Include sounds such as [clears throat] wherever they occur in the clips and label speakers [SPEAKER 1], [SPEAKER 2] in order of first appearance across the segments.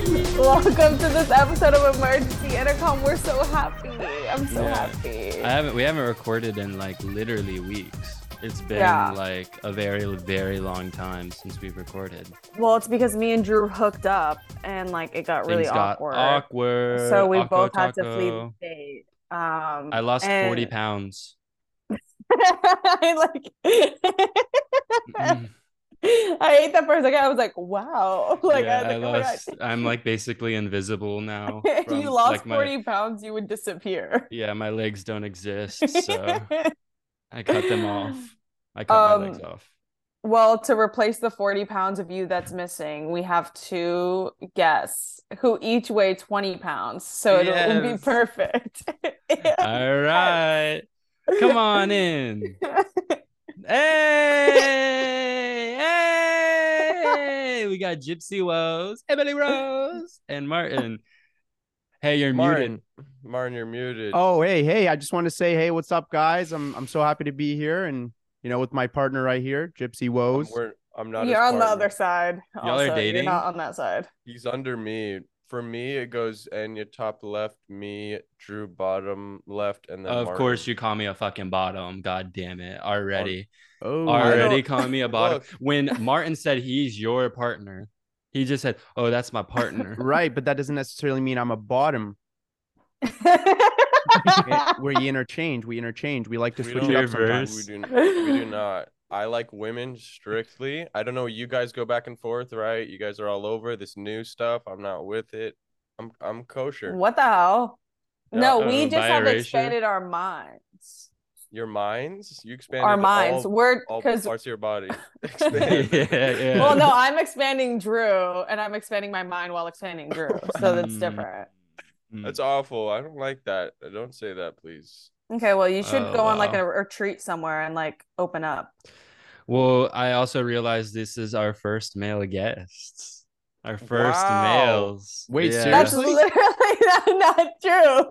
[SPEAKER 1] [laughs] Welcome to this episode of Emergency Intercom. We're so happy. I'm so
[SPEAKER 2] Yeah.
[SPEAKER 1] happy.
[SPEAKER 2] I haven't we haven't recorded in like literally weeks. It's been
[SPEAKER 1] Yeah.
[SPEAKER 2] like a very very long time since we've recorded.
[SPEAKER 1] well, it's because me and Drew hooked up and like it got really
[SPEAKER 2] Things got
[SPEAKER 1] awkward.
[SPEAKER 2] awkward.
[SPEAKER 1] So we
[SPEAKER 2] Awko
[SPEAKER 1] both had to flee the
[SPEAKER 2] taco.
[SPEAKER 1] state. Um,
[SPEAKER 2] I lost
[SPEAKER 1] and- [laughs]
[SPEAKER 2] 40 pounds.
[SPEAKER 1] I like. [laughs]
[SPEAKER 2] Mm.
[SPEAKER 1] I hate that first. Like I was like, wow. [laughs] Like
[SPEAKER 2] yeah,
[SPEAKER 1] I
[SPEAKER 2] I
[SPEAKER 1] was like, oh my
[SPEAKER 2] lost I'm like basically invisible now.
[SPEAKER 1] god. If [laughs]
[SPEAKER 2] from,
[SPEAKER 1] you lost
[SPEAKER 2] like, my-
[SPEAKER 1] 40 pounds, you would
[SPEAKER 2] [laughs]
[SPEAKER 1] disappear.
[SPEAKER 2] Yeah, my legs don't exist,
[SPEAKER 1] [laughs]
[SPEAKER 2] so I cut them off. I cut my legs
[SPEAKER 1] Um, [laughs]
[SPEAKER 2] off.
[SPEAKER 1] Well, to replace the 40 pounds of you that's missing, we have two guests who each weigh 20 pounds. So it will be
[SPEAKER 2] Yes.
[SPEAKER 1] perfect. [laughs]
[SPEAKER 2] All right. Come on in. Hey, hey! We got Gypsy Woes, Emily Rose, and Martin. Hey, you're muted.
[SPEAKER 3] Martin, Martin, you're muted.
[SPEAKER 4] Oh, hey, hey, I just want to say, hey, what's up, guys? I'm I'm so happy to be here and you know, with my partner right here, Gypsy
[SPEAKER 3] I'm,
[SPEAKER 4] Woes.
[SPEAKER 3] we're, I'm not. his
[SPEAKER 1] You're on the
[SPEAKER 3] partner.
[SPEAKER 1] other side.
[SPEAKER 2] Y'all are
[SPEAKER 1] also. You're
[SPEAKER 2] dating?
[SPEAKER 1] not on that side. [laughs]
[SPEAKER 3] He's under me. For me, it goes Enya top left, me Drew bottom left, and then
[SPEAKER 2] Of course, you call me a fucking bottom. God damn it. Already.
[SPEAKER 4] Oh,
[SPEAKER 2] Already
[SPEAKER 3] don't-
[SPEAKER 2] calling
[SPEAKER 3] [laughs]
[SPEAKER 2] me a bottom.
[SPEAKER 3] Look.
[SPEAKER 2] When Martin said he's your partner, he just said, Oh, that's my partner.
[SPEAKER 4] right, but that doesn't necessarily mean I'm a bottom. Eh, we interchange, we interchange. We like to
[SPEAKER 3] We
[SPEAKER 4] switch
[SPEAKER 3] don't
[SPEAKER 4] it up
[SPEAKER 2] have to-
[SPEAKER 4] sometimes.
[SPEAKER 3] We do, we do not. I like women strictly. I don't know. You guys go back and forth, right? You guys are all over this new stuff. I'm not with it. I'm I'm kosher.
[SPEAKER 1] What the hell? No,
[SPEAKER 3] Yeah,
[SPEAKER 1] we
[SPEAKER 2] uh,
[SPEAKER 1] just have
[SPEAKER 2] biracial.
[SPEAKER 1] expanded our minds.
[SPEAKER 3] Your minds? You expanded
[SPEAKER 1] Our minds.
[SPEAKER 3] all,
[SPEAKER 1] We're
[SPEAKER 3] all
[SPEAKER 1] because
[SPEAKER 3] parts of
[SPEAKER 1] [laughs]
[SPEAKER 3] your
[SPEAKER 2] [laughs]
[SPEAKER 3] body.
[SPEAKER 2] yeah,
[SPEAKER 3] Expanded.
[SPEAKER 2] yeah.
[SPEAKER 1] well, no, I'm expanding Drew and I'm expanding my mind while expanding Drew. So that's
[SPEAKER 2] Mm.
[SPEAKER 1] different.
[SPEAKER 2] Mm.
[SPEAKER 3] [laughs] That's awful. I don't like that. Don't say that, please.
[SPEAKER 1] Okay, well, you should
[SPEAKER 2] Oh,
[SPEAKER 1] go on like
[SPEAKER 2] wow.
[SPEAKER 1] a retreat somewhere and like open up.
[SPEAKER 2] Well, I also realized this is our first male guests. Our first
[SPEAKER 3] Wow.
[SPEAKER 2] males.
[SPEAKER 4] Wait,
[SPEAKER 1] That's
[SPEAKER 4] Seriously?
[SPEAKER 1] literally [laughs] not, not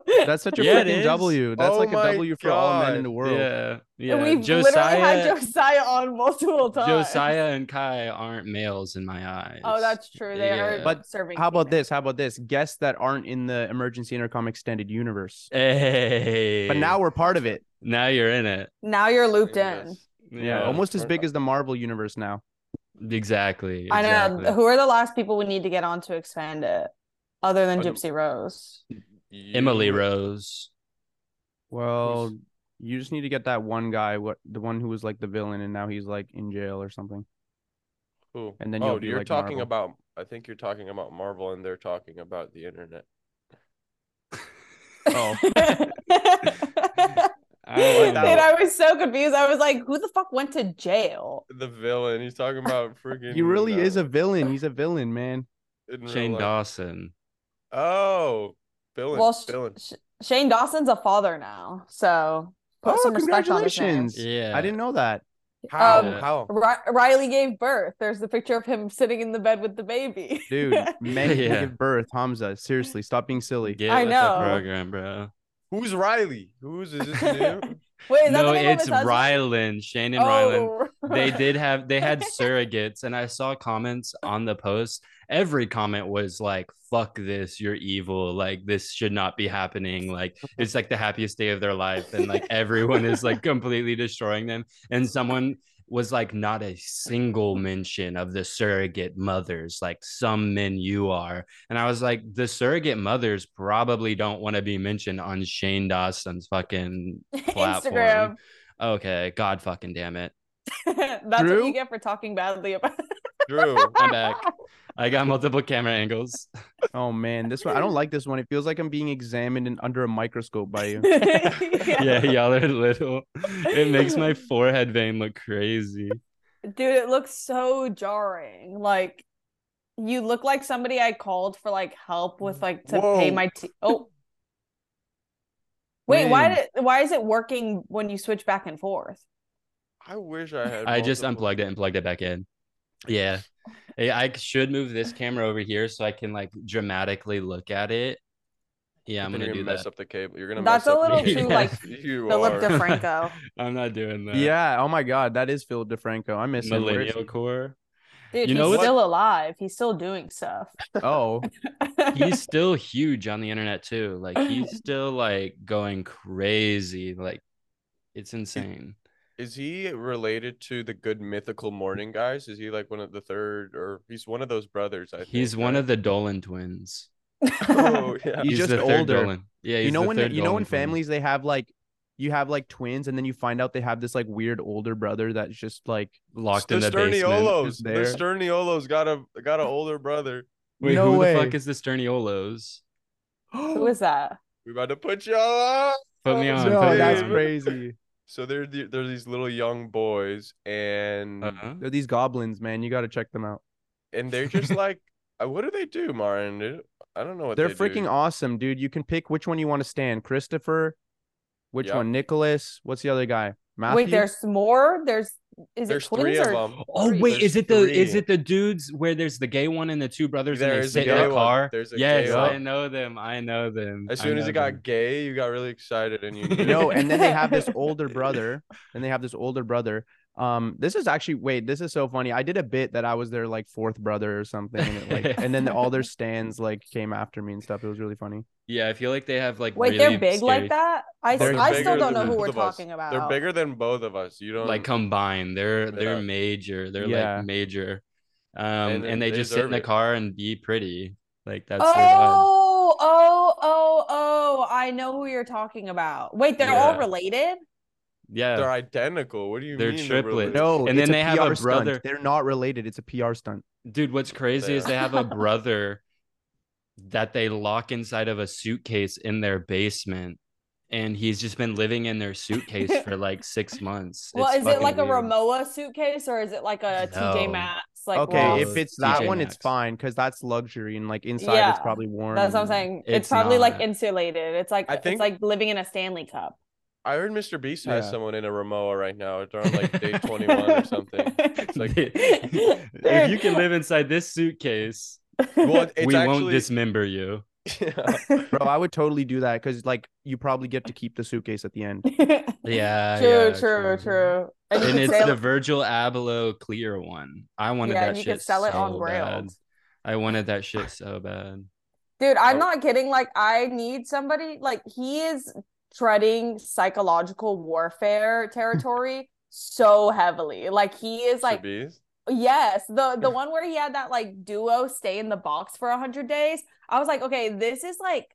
[SPEAKER 1] true.
[SPEAKER 4] That's such a
[SPEAKER 2] Yeah, it
[SPEAKER 4] freaking
[SPEAKER 2] is.
[SPEAKER 4] W. That's
[SPEAKER 3] Oh
[SPEAKER 4] like a
[SPEAKER 3] my
[SPEAKER 4] W for all men in
[SPEAKER 3] God.
[SPEAKER 4] the world.
[SPEAKER 2] Yeah, yeah.
[SPEAKER 1] We've literally had Josiah on multiple times.
[SPEAKER 2] Josiah and Kai aren't males in my eyes.
[SPEAKER 1] Oh, that's true. They are
[SPEAKER 2] Yeah.
[SPEAKER 4] But
[SPEAKER 1] serving.
[SPEAKER 4] How about
[SPEAKER 1] females.
[SPEAKER 4] this? How about this? Guests that aren't in the emergency intercom extended universe.
[SPEAKER 2] Hey.
[SPEAKER 4] But now we're part of it.
[SPEAKER 2] now you're in it.
[SPEAKER 1] Now you're looped
[SPEAKER 3] Yes.
[SPEAKER 1] in.
[SPEAKER 2] Yeah,
[SPEAKER 4] Almost as
[SPEAKER 3] We're-
[SPEAKER 4] big as the Marvel universe now.
[SPEAKER 2] exactly.
[SPEAKER 1] I
[SPEAKER 2] exactly.
[SPEAKER 4] [laughs]
[SPEAKER 1] know. Who are the last people we need to get on to expand it, other than
[SPEAKER 3] I don't-
[SPEAKER 1] Gypsy Rose?
[SPEAKER 2] Emily
[SPEAKER 3] You-
[SPEAKER 1] [laughs]
[SPEAKER 2] Rose.
[SPEAKER 4] Well, you just need to get that one guy, what the one who was like the villain and now he's like in jail or something.
[SPEAKER 3] Who?
[SPEAKER 4] and then
[SPEAKER 3] oh,
[SPEAKER 4] you'll be
[SPEAKER 3] you're
[SPEAKER 4] like
[SPEAKER 3] talking
[SPEAKER 4] Marvel.
[SPEAKER 3] about. I think you're talking about Marvel, and they're talking about the internet.
[SPEAKER 4] Oh.
[SPEAKER 2] [laughs] I
[SPEAKER 1] and [laughs]
[SPEAKER 2] don't
[SPEAKER 1] I was so confused. I was like, "Who the fuck went to jail?"
[SPEAKER 3] The villain. He's talking
[SPEAKER 4] [laughs]
[SPEAKER 3] about freaking.
[SPEAKER 4] He really is
[SPEAKER 3] uh,
[SPEAKER 4] a villain. He's a villain, man.
[SPEAKER 3] in real
[SPEAKER 2] Shane
[SPEAKER 3] life.
[SPEAKER 2] Dawson.
[SPEAKER 3] Oh, villain.
[SPEAKER 1] well, Sh-
[SPEAKER 3] villain.
[SPEAKER 1] Sh- Shane Dawson's a father now, so put
[SPEAKER 4] Oh,
[SPEAKER 1] some respect on his name.
[SPEAKER 4] congratulations.
[SPEAKER 2] Yeah.
[SPEAKER 4] I didn't know that.
[SPEAKER 3] How?
[SPEAKER 1] um,
[SPEAKER 3] How?
[SPEAKER 1] Ri- Riley gave birth. There's the picture of him sitting in the bed with the baby.
[SPEAKER 2] [laughs]
[SPEAKER 1] [laughs]
[SPEAKER 4] Dude, men can
[SPEAKER 2] Yeah.
[SPEAKER 4] give birth, Hamza. Seriously, stop being silly.
[SPEAKER 2] Get
[SPEAKER 1] I
[SPEAKER 2] with the
[SPEAKER 1] know.
[SPEAKER 2] program, bro.
[SPEAKER 3] Who's Riley? Who's is
[SPEAKER 1] [laughs]
[SPEAKER 3] this new?
[SPEAKER 1] Wait, is that
[SPEAKER 2] no,
[SPEAKER 1] the name of
[SPEAKER 2] it's
[SPEAKER 1] his husband? Oh,
[SPEAKER 2] Rylan. Shane and Rylan.
[SPEAKER 1] [laughs]
[SPEAKER 2] they did have they had surrogates and i saw comments on the post every comment was like fuck this you're evil like this should not be happening like it's like the happiest day of their life and like everyone is like completely destroying them and someone was like not a single mention of the surrogate mothers like some men you are and i was like the surrogate mothers probably don't want to be mentioned on shane dawson's fucking platform
[SPEAKER 1] Instagram. [laughs]
[SPEAKER 2] okay god fucking damn it
[SPEAKER 1] That's
[SPEAKER 4] Drew?
[SPEAKER 1] what you get for talking badly about.
[SPEAKER 3] Drew.
[SPEAKER 2] I'm back. I got multiple camera angles.
[SPEAKER 4] Oh man, this one I don't like this one. It feels like I'm being examined and under a microscope
[SPEAKER 2] [laughs]
[SPEAKER 4] by [laughs] you.
[SPEAKER 1] yeah.
[SPEAKER 2] Yeah, y'all are little. It makes my forehead vein look crazy.
[SPEAKER 1] Dude, it looks so jarring. Like you look like somebody I called for like help with like to pay
[SPEAKER 3] Whoa.
[SPEAKER 1] my t- oh. Wait, why
[SPEAKER 4] Man.
[SPEAKER 1] did, why is it working when you switch back and forth?
[SPEAKER 3] I wish I had.
[SPEAKER 2] I just
[SPEAKER 3] multiple-
[SPEAKER 2] unplugged it and plugged it back in. Yeah. Hey, I should move this camera over here so I can like dramatically look at it. Yeah, I'm
[SPEAKER 3] Then
[SPEAKER 2] gonna,
[SPEAKER 3] you're
[SPEAKER 2] do
[SPEAKER 3] mess
[SPEAKER 2] that.
[SPEAKER 3] up the cable. You're gonna.
[SPEAKER 1] That's
[SPEAKER 3] mess
[SPEAKER 1] a
[SPEAKER 3] up the
[SPEAKER 1] little
[SPEAKER 2] too,
[SPEAKER 3] cable.
[SPEAKER 2] like,
[SPEAKER 3] [laughs] you
[SPEAKER 1] Philip
[SPEAKER 3] are.
[SPEAKER 1] DeFranco.
[SPEAKER 2] [laughs] I'm not doing that.
[SPEAKER 4] yeah. Oh my god, that is Phil DeFranco. I miss him. Where is
[SPEAKER 2] Millennial core.
[SPEAKER 1] Dude,
[SPEAKER 2] You know
[SPEAKER 1] he's
[SPEAKER 2] what-
[SPEAKER 1] still alive. He's still doing stuff.
[SPEAKER 4] he? [laughs]
[SPEAKER 2] [laughs]
[SPEAKER 4] Oh,
[SPEAKER 1] [laughs]
[SPEAKER 2] He's still huge on the internet too. Like he's still like going crazy. Like it's insane.
[SPEAKER 3] Is he related to the good mythical morning guys? Is he like one of the third, or he's one of those brothers? I
[SPEAKER 2] He's one of the Dolan twins. [laughs]
[SPEAKER 3] Oh yeah.
[SPEAKER 4] He's
[SPEAKER 2] the
[SPEAKER 4] just
[SPEAKER 2] third
[SPEAKER 4] older.
[SPEAKER 2] Dolan. Yeah, he's
[SPEAKER 4] you know
[SPEAKER 2] the
[SPEAKER 4] when
[SPEAKER 2] third
[SPEAKER 4] you know
[SPEAKER 2] Dolan
[SPEAKER 4] in
[SPEAKER 2] twin.
[SPEAKER 4] families they have like you have like twins and then you find out they have this like weird older brother that's just like
[SPEAKER 2] locked
[SPEAKER 3] the
[SPEAKER 2] in the basement.
[SPEAKER 3] Sterniolos. The
[SPEAKER 4] there.
[SPEAKER 3] Sterniolos got a got an older brother.
[SPEAKER 2] Wait,
[SPEAKER 4] No
[SPEAKER 2] who
[SPEAKER 4] way.
[SPEAKER 2] [gasps] the fuck is the Sterniolos?
[SPEAKER 1] Who is that?
[SPEAKER 3] We about to put y'all on.
[SPEAKER 2] Put me
[SPEAKER 3] Oh,
[SPEAKER 2] on.
[SPEAKER 4] no,
[SPEAKER 2] put me [laughs]
[SPEAKER 4] that's
[SPEAKER 2] on.
[SPEAKER 4] crazy.
[SPEAKER 3] So there, there's these little young boys, and
[SPEAKER 2] Uh-huh.
[SPEAKER 4] They're these goblins, man. You got to check them out.
[SPEAKER 2] [laughs]
[SPEAKER 3] and they're just like, uh, what do they do, Martin? dude? I don't know what
[SPEAKER 4] They're
[SPEAKER 3] they
[SPEAKER 4] freaking
[SPEAKER 3] do.
[SPEAKER 4] awesome, dude. You can pick which one you want to stand. Christopher, which
[SPEAKER 3] Yep.
[SPEAKER 4] one? Nicholas. What's the other guy? Matthew.
[SPEAKER 1] Wait, there's more? There's is
[SPEAKER 3] There's
[SPEAKER 1] it twins
[SPEAKER 3] three
[SPEAKER 1] or
[SPEAKER 3] of them.
[SPEAKER 2] Oh
[SPEAKER 1] Three.
[SPEAKER 2] wait, is
[SPEAKER 3] There's
[SPEAKER 2] it the is
[SPEAKER 3] three.
[SPEAKER 2] it the dudes where there's the gay one and the two brothers and
[SPEAKER 3] There
[SPEAKER 2] they
[SPEAKER 3] is a
[SPEAKER 2] sit in
[SPEAKER 4] gay
[SPEAKER 2] a
[SPEAKER 3] one.
[SPEAKER 2] car?
[SPEAKER 3] There's a
[SPEAKER 2] yes,
[SPEAKER 3] gay
[SPEAKER 2] I
[SPEAKER 3] one.
[SPEAKER 2] know them. I know them.
[SPEAKER 3] As
[SPEAKER 2] I
[SPEAKER 3] soon as
[SPEAKER 2] know
[SPEAKER 3] it got
[SPEAKER 2] them.
[SPEAKER 3] gay, you got really excited, and
[SPEAKER 2] [laughs]
[SPEAKER 3] you knew
[SPEAKER 4] [laughs] no, and then they have this older brother, and they have this older brother. Um, this is actually wait, this is so funny. I did a bit that I was their like fourth brother or something, and,
[SPEAKER 2] [laughs]
[SPEAKER 4] it, like, and then all their stands like came after me and stuff. It was really funny.
[SPEAKER 2] yeah, I feel like they have like
[SPEAKER 1] Wait,
[SPEAKER 2] really
[SPEAKER 1] they're big
[SPEAKER 2] scary-
[SPEAKER 1] like that? I,
[SPEAKER 4] They're
[SPEAKER 1] I still
[SPEAKER 4] bigger
[SPEAKER 1] don't know
[SPEAKER 4] than
[SPEAKER 1] who
[SPEAKER 3] both
[SPEAKER 1] we're
[SPEAKER 3] of us.
[SPEAKER 1] talking about.
[SPEAKER 3] They're bigger than both of us. You don't
[SPEAKER 2] like combined. They're they're
[SPEAKER 3] Yeah.
[SPEAKER 2] major. They're
[SPEAKER 4] Yeah.
[SPEAKER 2] like major. Um,
[SPEAKER 3] And
[SPEAKER 2] and,
[SPEAKER 3] they-
[SPEAKER 2] they
[SPEAKER 3] they
[SPEAKER 2] just sit in
[SPEAKER 3] deserve
[SPEAKER 2] the
[SPEAKER 3] it.
[SPEAKER 2] car and be pretty. Like that's their vibe.
[SPEAKER 1] Oh, oh, oh, oh. I know who you're talking about. Wait, they're all
[SPEAKER 2] Yeah.
[SPEAKER 1] related?
[SPEAKER 2] Yeah,
[SPEAKER 3] They're identical. What do you
[SPEAKER 2] They're
[SPEAKER 3] mean?
[SPEAKER 2] triplets.
[SPEAKER 3] related?
[SPEAKER 4] No,
[SPEAKER 2] And
[SPEAKER 4] it's
[SPEAKER 2] then they have a
[SPEAKER 4] PR stunt.
[SPEAKER 2] brother-
[SPEAKER 4] They're not related. It's a PR stunt.
[SPEAKER 2] dude. What's crazy is
[SPEAKER 3] There.
[SPEAKER 2] they have a brother that they lock inside of a suitcase in their basement, and he's just been living in their suitcase for
[SPEAKER 1] [laughs]
[SPEAKER 2] like six months.
[SPEAKER 1] Well,
[SPEAKER 2] It's
[SPEAKER 1] is it like
[SPEAKER 2] fucking
[SPEAKER 1] a
[SPEAKER 2] weird.
[SPEAKER 1] Ramoa suitcase or is it like a TJ
[SPEAKER 2] No.
[SPEAKER 1] Maxx? Like
[SPEAKER 4] okay,
[SPEAKER 1] Ross?
[SPEAKER 4] if
[SPEAKER 2] Ross,
[SPEAKER 4] it's that
[SPEAKER 2] TJ
[SPEAKER 4] one, it's
[SPEAKER 2] Maxx.
[SPEAKER 4] fine because that's luxury and like inside
[SPEAKER 1] Yeah,
[SPEAKER 4] it's probably warm.
[SPEAKER 1] That's what I'm
[SPEAKER 4] and-
[SPEAKER 1] saying. It's,
[SPEAKER 2] It's
[SPEAKER 1] probably like
[SPEAKER 2] not.
[SPEAKER 1] insulated. It's like
[SPEAKER 3] I
[SPEAKER 1] it's
[SPEAKER 3] think-
[SPEAKER 1] like living in a Stanley cup.
[SPEAKER 2] [laughs]
[SPEAKER 3] I heard Mr. Beast has
[SPEAKER 4] Yeah.
[SPEAKER 3] someone in a Ramoa right now. It's around
[SPEAKER 2] [laughs]
[SPEAKER 3] like day 21 or something.
[SPEAKER 1] [laughs]
[SPEAKER 3] It's like,
[SPEAKER 2] if you can live inside this suitcase,
[SPEAKER 1] [laughs]
[SPEAKER 3] well, it- it's
[SPEAKER 2] we
[SPEAKER 3] actually.
[SPEAKER 2] won't
[SPEAKER 3] [laughs]
[SPEAKER 2] dismember you.
[SPEAKER 4] Bro, I would totally do that because like you probably get to keep the suitcase at the end.
[SPEAKER 2] Yeah.
[SPEAKER 1] true,
[SPEAKER 2] yeah,
[SPEAKER 1] true, true. And, you can
[SPEAKER 2] And it's
[SPEAKER 1] sell-
[SPEAKER 2] the Virgil Abloh clear one. I wanted
[SPEAKER 1] yeah,
[SPEAKER 2] that
[SPEAKER 1] and you
[SPEAKER 2] shit.
[SPEAKER 1] can sell it on
[SPEAKER 2] so bad.
[SPEAKER 1] rails.
[SPEAKER 2] I wanted that shit so bad.
[SPEAKER 1] Dude, I'm
[SPEAKER 3] Oh.
[SPEAKER 1] not kidding. Like, I need somebody. Like, he is treading psychological warfare
[SPEAKER 3] [laughs]
[SPEAKER 1] territory so heavily. Like, he is
[SPEAKER 3] Mr.
[SPEAKER 1] like,
[SPEAKER 3] Beast?
[SPEAKER 1] yes, the the one where he had that like duo stay in the box for hundred days. I was like, okay, this is like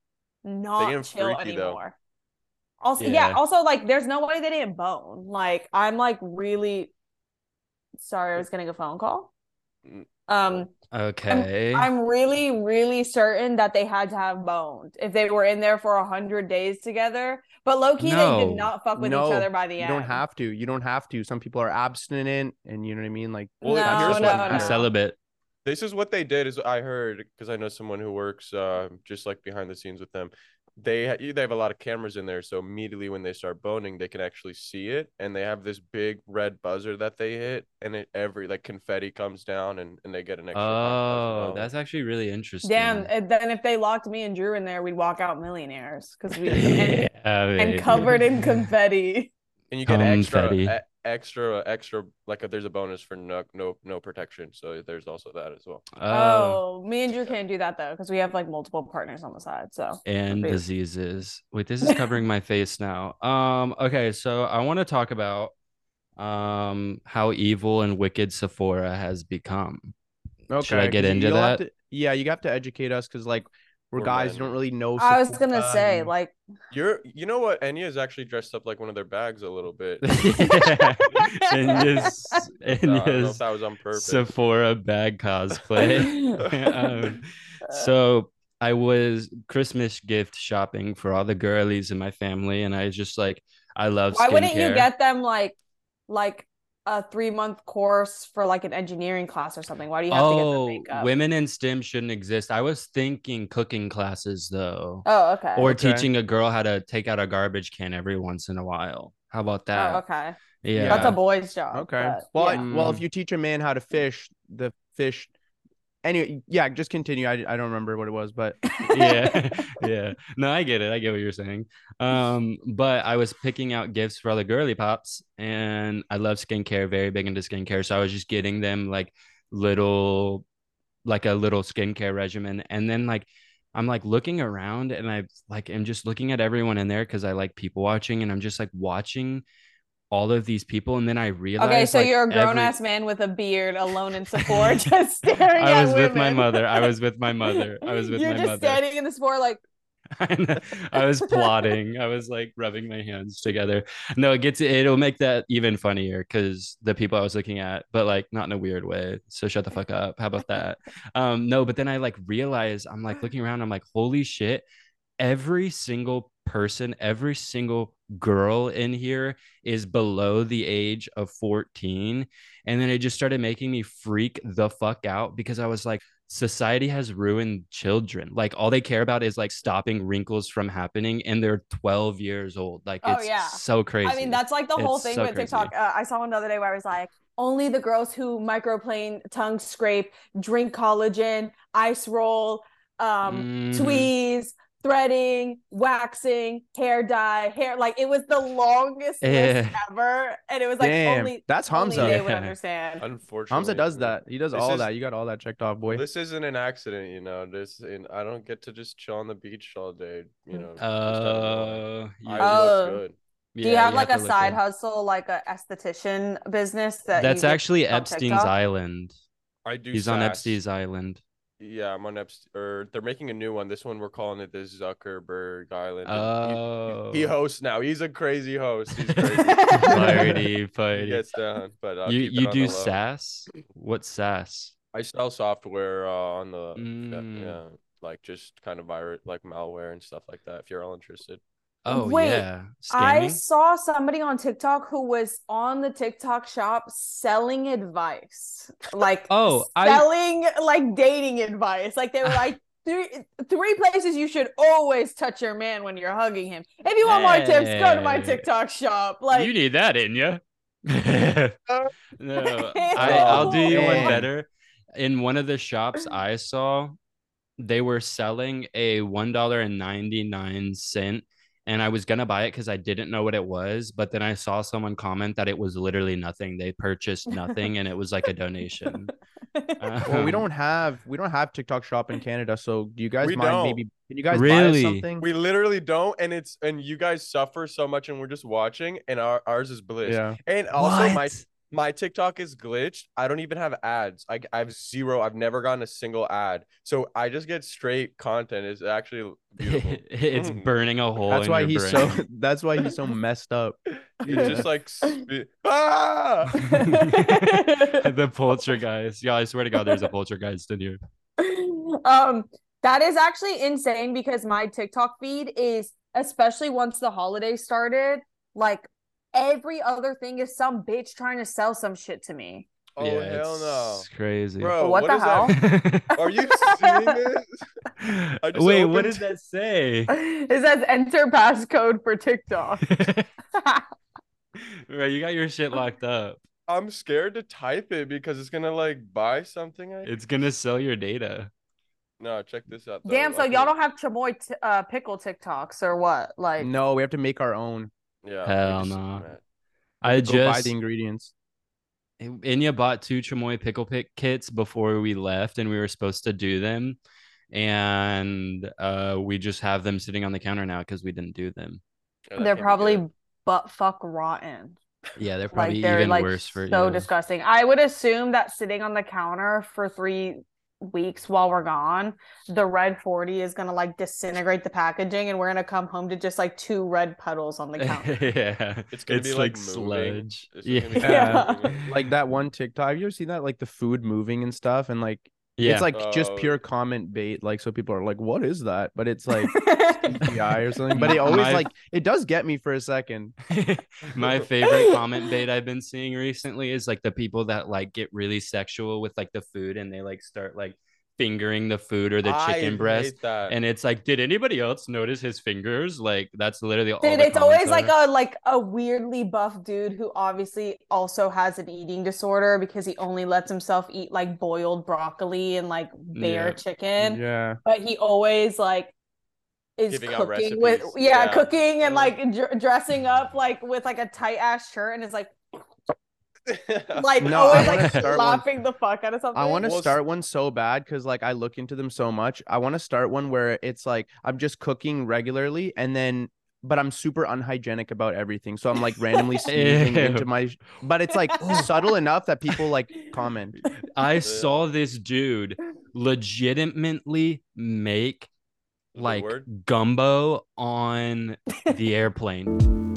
[SPEAKER 3] getting
[SPEAKER 1] not chill
[SPEAKER 3] freaky, though.
[SPEAKER 1] anymore. Also, yeah.
[SPEAKER 2] Yeah.
[SPEAKER 1] Also, like, there's no way they didn't bone. Like, I'm like really sorry. I was getting a phone call.
[SPEAKER 3] Mm.
[SPEAKER 1] Um.
[SPEAKER 2] Okay.
[SPEAKER 1] I'm really, really certain that they had to have boned if they were in there for a hundred days together. But low key, they
[SPEAKER 2] No.
[SPEAKER 1] did not fuck with
[SPEAKER 4] No.
[SPEAKER 1] each other by the
[SPEAKER 4] You
[SPEAKER 1] end.
[SPEAKER 4] don't have to. You don't have to. Some people are abstinent, and you know what I mean. Like,
[SPEAKER 3] Well,
[SPEAKER 1] no,
[SPEAKER 3] here's
[SPEAKER 1] no,
[SPEAKER 3] what
[SPEAKER 1] no.
[SPEAKER 2] I'm celibate.
[SPEAKER 3] This is what they did. Is I heard because I know someone who works uh, just like behind the scenes with them. They ha- they have a lot of cameras in there, so immediately when they start boning, they can actually see it, and they have this big red buzzer that they hit, and it every like confetti comes down, and, and they get an extra.
[SPEAKER 2] Oh,
[SPEAKER 3] 5,000
[SPEAKER 2] that's actually really interesting.
[SPEAKER 1] Damn. And then if they locked me and Drew in there, we'd walk out millionaires because we
[SPEAKER 2] [laughs] Yeah,
[SPEAKER 1] and,
[SPEAKER 2] baby.
[SPEAKER 1] and covered in confetti.
[SPEAKER 3] and you get extra
[SPEAKER 2] Confetti.
[SPEAKER 3] e- extra extra like uh, there's a bonus for no no no protection, so there's also that as well.
[SPEAKER 2] [laughs] Oh,
[SPEAKER 1] Oh, me and Drew can't do that though because we have like multiple partners on the side. So
[SPEAKER 2] and
[SPEAKER 1] Wait.
[SPEAKER 2] diseases. Wait, this is covering my face now. Um, okay, so I want to talk about um how evil and wicked Sephora has become. [laughs]
[SPEAKER 4] okay,
[SPEAKER 2] Should I get
[SPEAKER 4] 'cause you-
[SPEAKER 2] into
[SPEAKER 4] you'll have
[SPEAKER 2] that?
[SPEAKER 4] to- yeah, you have to educate us because like we're
[SPEAKER 3] We're
[SPEAKER 4] guys
[SPEAKER 3] men.
[SPEAKER 4] you don't really know.
[SPEAKER 1] I was
[SPEAKER 4] support
[SPEAKER 1] gonna say,
[SPEAKER 4] and-
[SPEAKER 1] like,
[SPEAKER 3] You're, you know what? Enya is actually dressed up like one of their bags a
[SPEAKER 2] [laughs]
[SPEAKER 3] little bit. Uh,
[SPEAKER 2] and his
[SPEAKER 3] I
[SPEAKER 2] and
[SPEAKER 3] don't know if
[SPEAKER 2] his
[SPEAKER 3] that was on purpose.
[SPEAKER 2] Sephora bag [laughs]
[SPEAKER 1] [laughs]
[SPEAKER 2] cosplay. um, so I was Christmas gift shopping for all the girlies in my family, and I was just like, I love.
[SPEAKER 1] why wouldn't you
[SPEAKER 2] skincare.
[SPEAKER 1] get them like, like a three month course for like an engineering class or something? Why do you have
[SPEAKER 2] Oh,
[SPEAKER 1] to get them makeup?
[SPEAKER 2] women in STEM shouldn't exist. I was thinking cooking classes though,
[SPEAKER 1] oh, okay.
[SPEAKER 2] or
[SPEAKER 4] Okay.
[SPEAKER 2] teaching a girl how to take out a garbage can every once in a while. How about that?
[SPEAKER 1] oh, okay.
[SPEAKER 2] Yeah,
[SPEAKER 1] That's a boy's job.
[SPEAKER 4] Okay.
[SPEAKER 1] but
[SPEAKER 4] Well,
[SPEAKER 1] yeah.
[SPEAKER 4] I- well,
[SPEAKER 2] Mm.
[SPEAKER 4] if you teach a man how to fish, the fish. Anyway, yeah, just continue. I, I don't remember what it was, but
[SPEAKER 1] [laughs]
[SPEAKER 4] [laughs]
[SPEAKER 2] yeah [laughs] yeah no i get it i get what you're saying um but i was picking out gifts for other girly pops and i love skincare very big into skincare so i was just getting them like little like a little skincare regimen and then like i'm like looking around and i like am just looking at everyone in there because i like people watching and i'm just like watching all of these people and then i realized
[SPEAKER 1] Okay, so
[SPEAKER 2] like,
[SPEAKER 1] you're a grown
[SPEAKER 2] every-
[SPEAKER 1] ass [laughs] man with a beard, alone
[SPEAKER 2] [laughs]
[SPEAKER 1] in Sephora, just staring
[SPEAKER 2] i
[SPEAKER 1] at
[SPEAKER 2] was
[SPEAKER 1] women.
[SPEAKER 2] with my mother i
[SPEAKER 1] [laughs]
[SPEAKER 2] was with my mother i was with
[SPEAKER 1] You're
[SPEAKER 2] my
[SPEAKER 1] just
[SPEAKER 2] mother
[SPEAKER 1] standing in the Sephora, like,
[SPEAKER 2] I know. [laughs] I was plotting. I was like rubbing my hands together. No, it gets it'll make that even funnier because the people I was looking at, but like not in a weird way. So shut the fuck up. How about that? Um, no, but then I like realized I'm like looking around, I'm like, holy shit, every single person, every single girl in here is below the age of 14. And then it just started making me freak the fuck out because I was like, society has ruined children. Like all they care about is like stopping wrinkles from happening and they're 12 years old. Like
[SPEAKER 1] Oh,
[SPEAKER 2] it's
[SPEAKER 1] yeah.
[SPEAKER 2] so crazy.
[SPEAKER 1] I mean, that's like the whole
[SPEAKER 2] It's
[SPEAKER 1] thing
[SPEAKER 2] so
[SPEAKER 1] with
[SPEAKER 2] crazy.
[SPEAKER 1] TikTok. Uh, I saw one the other day where I was like, only the girls who microplane, tongue scrape, drink collagen, ice roll, um,
[SPEAKER 2] Mhm.
[SPEAKER 1] tweeze, threading, waxing, hair dye, hair. Like it was the longest
[SPEAKER 2] [laughs]
[SPEAKER 1] list
[SPEAKER 2] Yeah.
[SPEAKER 1] ever, and it was like
[SPEAKER 4] damn,
[SPEAKER 1] only
[SPEAKER 4] that's
[SPEAKER 1] only
[SPEAKER 4] Hamza.
[SPEAKER 1] they would
[SPEAKER 2] Yeah. [laughs]
[SPEAKER 1] understand.
[SPEAKER 2] Uh,
[SPEAKER 3] Unfortunately,
[SPEAKER 4] Hamza does
[SPEAKER 3] man.
[SPEAKER 4] that. He does
[SPEAKER 3] This
[SPEAKER 4] all
[SPEAKER 3] is-
[SPEAKER 4] that. You got all that checked off, boy.
[SPEAKER 3] This isn't an accident, you know. This, and I don't get to just chill on the beach all day, you know. just out of
[SPEAKER 2] Hmm. uh, yeah,
[SPEAKER 3] the water. I look
[SPEAKER 1] Oh.
[SPEAKER 3] good.
[SPEAKER 1] Do you
[SPEAKER 2] yeah,
[SPEAKER 1] have like
[SPEAKER 2] to
[SPEAKER 1] a
[SPEAKER 2] look
[SPEAKER 1] side
[SPEAKER 2] good.
[SPEAKER 1] hustle, like a esthetician business that?
[SPEAKER 2] That's
[SPEAKER 1] you get-
[SPEAKER 2] actually
[SPEAKER 1] on
[SPEAKER 2] Epstein's
[SPEAKER 1] TikTok?
[SPEAKER 2] Island.
[SPEAKER 3] I do.
[SPEAKER 2] He's on
[SPEAKER 3] sass.
[SPEAKER 2] Epstein's Island.
[SPEAKER 3] Yeah, I'm on Epstein. Or they're making a new one. This one we're calling it the Zuckerberg Island. and
[SPEAKER 2] Oh.
[SPEAKER 3] he, he [laughs] hosts now. He's a crazy host.
[SPEAKER 2] [laughs]
[SPEAKER 3] He's crazy.
[SPEAKER 2] Party,
[SPEAKER 3] [laughs] he
[SPEAKER 2] party.
[SPEAKER 3] gets down, but I'll
[SPEAKER 2] you
[SPEAKER 3] keep it
[SPEAKER 2] you
[SPEAKER 3] on
[SPEAKER 2] do
[SPEAKER 3] the low.
[SPEAKER 2] SaaS? What SaaS?
[SPEAKER 3] I sell software uh, on the uh,
[SPEAKER 2] Mm.
[SPEAKER 3] yeah, like just kind of virus, like malware and stuff like that. If you're all interested,
[SPEAKER 2] Oh
[SPEAKER 1] Wait,
[SPEAKER 2] yeah,
[SPEAKER 1] I
[SPEAKER 2] scamming.
[SPEAKER 1] saw somebody on TikTok who was on the TikTok shop selling advice, like
[SPEAKER 2] Oh, I-
[SPEAKER 1] selling like dating advice. Like they were
[SPEAKER 2] [laughs]
[SPEAKER 1] like three three places you should always touch your man when you're hugging him. If you want more tips, go to my
[SPEAKER 2] Hey.
[SPEAKER 1] TikTok shop. Like Uh,
[SPEAKER 2] you need that in [laughs] you. no,
[SPEAKER 1] [laughs]
[SPEAKER 2] I, I'll do you one
[SPEAKER 4] Oh, man.
[SPEAKER 2] better. In one of the shops I saw, they were selling a one dollar and ninety nine cent, and I was gonna buy it because I didn't know what it was. But then I saw someone comment that it was literally nothing. They purchased nothing, and it was like
[SPEAKER 1] [laughs]
[SPEAKER 2] a donation.
[SPEAKER 4] Well,
[SPEAKER 2] Um,
[SPEAKER 4] we don't have we don't have TikTok Shop in Canada, so do you guys
[SPEAKER 3] We
[SPEAKER 4] mind
[SPEAKER 3] don't.
[SPEAKER 4] maybe? Can you guys
[SPEAKER 2] Really?
[SPEAKER 4] buy us something?
[SPEAKER 3] we literally don't, and it's and you guys suffer so much, and we're just watching, and our ours is bliss.
[SPEAKER 4] yeah.
[SPEAKER 3] And also, my
[SPEAKER 2] What?
[SPEAKER 3] my TikTok is glitched. I don't even have ads. I I have zero. I've never gotten a single ad, so I just get straight content. It's actually
[SPEAKER 2] [laughs]
[SPEAKER 3] beautiful.
[SPEAKER 2] it's
[SPEAKER 3] Mm.
[SPEAKER 2] burning a hole.
[SPEAKER 4] That's
[SPEAKER 2] in
[SPEAKER 4] why
[SPEAKER 2] your
[SPEAKER 4] he's
[SPEAKER 2] brain. [laughs]
[SPEAKER 4] so. [laughs] That's why he's so messed up.
[SPEAKER 3] It's just like sp-
[SPEAKER 2] [laughs]
[SPEAKER 3] ah.
[SPEAKER 2] the poltergeist. Yeah, I swear to God, there's a poltergeist in here.
[SPEAKER 1] [laughs] um that is actually insane because my tiktok feed is especially once the holiday started like every other thing is some bitch trying to sell some shit to me [laughs]
[SPEAKER 3] Oh
[SPEAKER 2] yeah,
[SPEAKER 3] hell no,
[SPEAKER 2] it's crazy. [laughs]
[SPEAKER 3] bro!
[SPEAKER 1] What the
[SPEAKER 3] is that- Are you
[SPEAKER 1] [laughs]
[SPEAKER 3] seeing this? just
[SPEAKER 2] Wait, what
[SPEAKER 3] opened-
[SPEAKER 2] did that say? [laughs]
[SPEAKER 1] it says enter passcode for
[SPEAKER 3] [laughs]
[SPEAKER 1] tiktok [laughs]
[SPEAKER 2] Bro, you got your shit locked up.
[SPEAKER 3] I'm scared to type it because it's gonna like buy something. I...
[SPEAKER 2] It's gonna sell your data.
[SPEAKER 3] No, check this out. though.
[SPEAKER 1] damn so
[SPEAKER 3] Luckily-
[SPEAKER 1] y'all don't have chamoy t- uh, pickle tiktoks or what like
[SPEAKER 4] No, we have to make our own.
[SPEAKER 3] Yeah.
[SPEAKER 2] Hell
[SPEAKER 3] we just-
[SPEAKER 2] no.
[SPEAKER 3] man.
[SPEAKER 2] I
[SPEAKER 4] Go buy
[SPEAKER 2] just
[SPEAKER 4] the ingredients.
[SPEAKER 2] Inya bought two chamoy pickle pick kits before we left, and we were supposed to do them, and uh, we just have them sitting on the counter now because we didn't do them.
[SPEAKER 3] Yeah, that
[SPEAKER 1] they're
[SPEAKER 3] can't be
[SPEAKER 1] probably
[SPEAKER 3] good.
[SPEAKER 1] butt fuck rotten
[SPEAKER 2] Yeah, they're probably
[SPEAKER 1] like they're
[SPEAKER 2] even
[SPEAKER 1] like
[SPEAKER 2] worse for
[SPEAKER 1] so
[SPEAKER 2] you.
[SPEAKER 1] disgusting. I would assume that sitting on the counter for three weeks while we're gone, the red 40 is going to like disintegrate the packaging and we're going to come home to just like two red puddles
[SPEAKER 2] [laughs]
[SPEAKER 1] on the counter.
[SPEAKER 2] yeah.
[SPEAKER 3] It's gonna be like, moving.
[SPEAKER 2] sludge.
[SPEAKER 3] It's just
[SPEAKER 2] Yeah.
[SPEAKER 3] gonna be
[SPEAKER 1] Yeah.
[SPEAKER 2] [laughs]
[SPEAKER 3] moving.
[SPEAKER 4] like that one TikTok. Have you ever seen that? Like the food moving and stuff, and like
[SPEAKER 2] Yeah.
[SPEAKER 4] it's like just
[SPEAKER 3] Oh.
[SPEAKER 4] pure comment bait. Like so people are like, "What is that?" But it's
[SPEAKER 1] [laughs]
[SPEAKER 2] [laughs]
[SPEAKER 4] like CGI or something. But it always
[SPEAKER 2] My-
[SPEAKER 4] like it does get me for a second.
[SPEAKER 2] [laughs]
[SPEAKER 3] [laughs]
[SPEAKER 2] My favorite comment bait I've been seeing recently is like the people that like get really sexual with like the food and they like start like fingering the food or the
[SPEAKER 3] I
[SPEAKER 2] chicken breast.
[SPEAKER 3] hate that. [laughs]
[SPEAKER 2] And it's like, did anybody else notice his fingers? Like that's literally all.
[SPEAKER 1] Dude,
[SPEAKER 2] the
[SPEAKER 1] it's always like
[SPEAKER 2] comments are.
[SPEAKER 1] a like a weirdly buff dude who obviously also has an eating disorder because he only lets himself eat like boiled broccoli and like bare
[SPEAKER 2] Yeah.
[SPEAKER 1] chicken.
[SPEAKER 4] yeah,
[SPEAKER 1] But he always like is
[SPEAKER 3] Giving out
[SPEAKER 1] cooking with
[SPEAKER 3] recipes.
[SPEAKER 1] yeah,
[SPEAKER 3] Yeah.
[SPEAKER 1] cooking and
[SPEAKER 3] Mhm.
[SPEAKER 1] like dr- dressing up like with like a tight ass shirt and is
[SPEAKER 3] [laughs]
[SPEAKER 1] like like
[SPEAKER 4] No, I
[SPEAKER 1] always
[SPEAKER 4] wanna
[SPEAKER 1] like
[SPEAKER 4] start one-
[SPEAKER 1] laughing the fuck out of something.
[SPEAKER 4] I want to
[SPEAKER 3] Well, s-
[SPEAKER 4] start one so bad because like I look into them so much. I want to start one where it's like I'm just cooking regularly, and then but I'm super unhygienic about everything. So I'm like randomly sneezing into
[SPEAKER 2] Ew.
[SPEAKER 4] my. [laughs] But it's like subtle enough that people like comment.
[SPEAKER 2] I saw this dude legitimately make
[SPEAKER 3] The
[SPEAKER 2] like
[SPEAKER 3] word?
[SPEAKER 2] gumbo
[SPEAKER 1] [laughs]
[SPEAKER 2] on the airplane.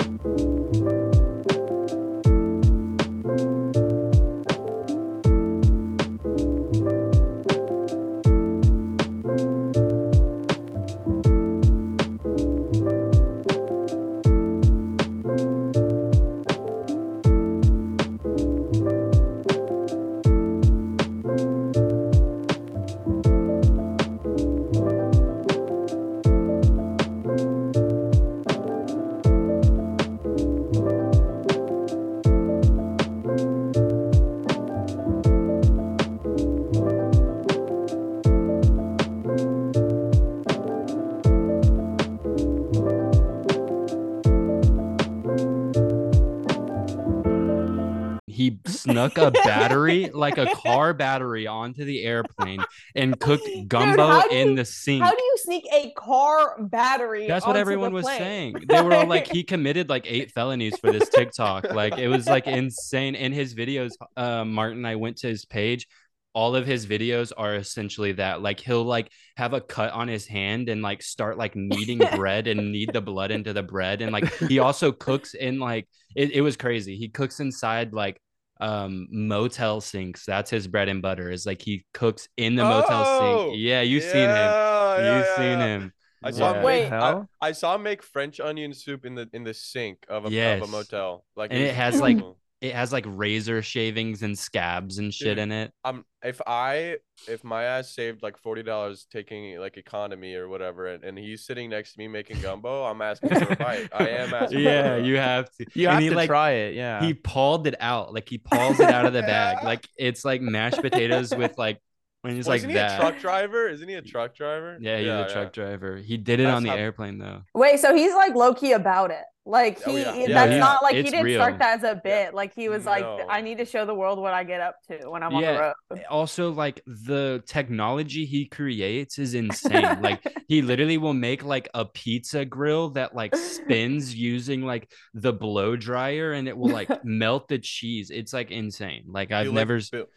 [SPEAKER 2] he snuck a battery, like a car battery, onto the airplane and cooked
[SPEAKER 1] Dude,
[SPEAKER 2] gumbo
[SPEAKER 1] how do
[SPEAKER 2] in
[SPEAKER 1] you-
[SPEAKER 2] the sink.
[SPEAKER 1] How do you sneak a car battery?
[SPEAKER 2] That's what
[SPEAKER 1] onto the
[SPEAKER 2] everyone was
[SPEAKER 1] plane?
[SPEAKER 2] saying. They were all
[SPEAKER 3] [laughs]
[SPEAKER 2] like, he committed like eight felonies for this TikTok. Like it was like insane. In his videos, uh, Martin, I went to his page. All of his videos are essentially that. Like he'll like have a cut on his hand and like start like kneading bread and knead the blood into the bread. And like he also cooks in like it, it was crazy. He cooks inside like um motel sinks. That's his bread and butter. Is like he cooks in the motel
[SPEAKER 3] Oh,
[SPEAKER 2] sink. Yeah, you've
[SPEAKER 3] yeah,
[SPEAKER 2] seen him.
[SPEAKER 3] yeah,
[SPEAKER 2] You've
[SPEAKER 3] yeah,
[SPEAKER 2] seen
[SPEAKER 3] yeah.
[SPEAKER 2] him.
[SPEAKER 3] I saw
[SPEAKER 4] What
[SPEAKER 3] him
[SPEAKER 4] the
[SPEAKER 1] Wait.
[SPEAKER 3] make, I,
[SPEAKER 4] hell?
[SPEAKER 3] I saw him make French onion soup in the in the sink of a,
[SPEAKER 2] Yes.
[SPEAKER 3] of a motel. Like
[SPEAKER 2] And it
[SPEAKER 3] was
[SPEAKER 2] has, like,
[SPEAKER 3] beautiful.
[SPEAKER 2] it has like razor shavings and scabs and shit
[SPEAKER 3] Dude.
[SPEAKER 2] in
[SPEAKER 3] [laughs]
[SPEAKER 2] it.
[SPEAKER 3] um if I if my ass saved like forty dollars taking like economy or whatever and, and he's sitting next to me making gumbo, I'm asking for a bite.
[SPEAKER 2] [laughs]
[SPEAKER 3] I am asking for
[SPEAKER 2] Yeah,
[SPEAKER 3] a bite.
[SPEAKER 2] you have to.
[SPEAKER 4] You
[SPEAKER 2] And
[SPEAKER 4] have
[SPEAKER 2] he,
[SPEAKER 4] to
[SPEAKER 2] like,
[SPEAKER 4] try it. Yeah.
[SPEAKER 2] He pauled it out. Like he paws it out of the
[SPEAKER 3] [laughs]
[SPEAKER 2] bag. Like it's like mashed potatoes with like when he's
[SPEAKER 3] Well,
[SPEAKER 2] like
[SPEAKER 3] isn't he a
[SPEAKER 2] that.
[SPEAKER 3] truck driver? Isn't he a truck driver?
[SPEAKER 2] yeah, he's a truck driver. He did it
[SPEAKER 3] That's
[SPEAKER 2] on the
[SPEAKER 3] how-
[SPEAKER 2] airplane though.
[SPEAKER 1] Wait, so he's like low key about it. Like
[SPEAKER 3] Oh,
[SPEAKER 1] he,
[SPEAKER 3] yeah.
[SPEAKER 1] that's
[SPEAKER 3] Yeah, yeah.
[SPEAKER 1] not like he
[SPEAKER 2] It's
[SPEAKER 1] didn't
[SPEAKER 2] real.
[SPEAKER 1] start that as a bit. Like he was like,
[SPEAKER 3] No.
[SPEAKER 1] I need to show the world what I get up to when I'm
[SPEAKER 2] Yeah.
[SPEAKER 1] on the road.
[SPEAKER 2] Also, like the technology he creates is insane.
[SPEAKER 3] [laughs]
[SPEAKER 2] like he literally will make like a pizza grill that like
[SPEAKER 3] [laughs]
[SPEAKER 2] spins using like the blow dryer and it will like melt the cheese. It's like insane. Like I've
[SPEAKER 3] He'll, like,
[SPEAKER 2] never s-
[SPEAKER 3] bu-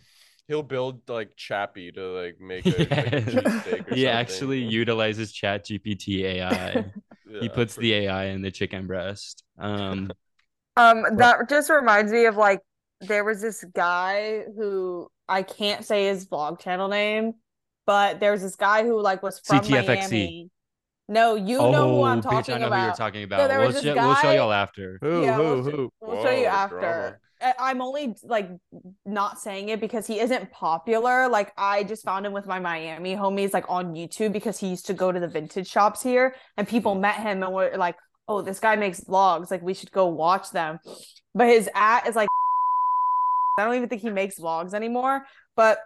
[SPEAKER 3] he'll build like Chappie to like
[SPEAKER 2] [laughs]
[SPEAKER 3] make a, like, a
[SPEAKER 2] Yes.
[SPEAKER 3] cheesesteak or
[SPEAKER 2] he
[SPEAKER 3] something.
[SPEAKER 2] actually utilizes chat gpt
[SPEAKER 4] [laughs]
[SPEAKER 2] ai he
[SPEAKER 3] Yeah,
[SPEAKER 2] puts
[SPEAKER 3] pretty-
[SPEAKER 2] the ai in the chicken breast
[SPEAKER 4] [laughs]
[SPEAKER 2] um
[SPEAKER 1] Um, that just reminds me of like there was this guy who I can't say his vlog channel name, but there was this guy who like was from
[SPEAKER 2] CTFXC.
[SPEAKER 1] Miami. No, you know who I'm
[SPEAKER 2] Oh, bitch,
[SPEAKER 1] talking
[SPEAKER 2] i know who you're
[SPEAKER 1] about.
[SPEAKER 2] talking
[SPEAKER 1] So
[SPEAKER 2] about
[SPEAKER 1] there
[SPEAKER 2] we'll,
[SPEAKER 1] was
[SPEAKER 2] sh-
[SPEAKER 1] this
[SPEAKER 2] we'll show
[SPEAKER 1] guy-
[SPEAKER 2] y'all after
[SPEAKER 4] who
[SPEAKER 1] Yeah,
[SPEAKER 4] who
[SPEAKER 1] we'll see.
[SPEAKER 4] who?
[SPEAKER 1] We'll show you
[SPEAKER 3] Whoa,
[SPEAKER 1] after. I- I'm only like not saying it because he isn't popular. Like I just found him with my Miami homies like on YouTube because he used to go to the vintage shops here and people met him and were like, "Oh, this guy makes vlogs. Like we should go watch them." But his at is like [laughs] I don't even think he makes vlogs anymore, but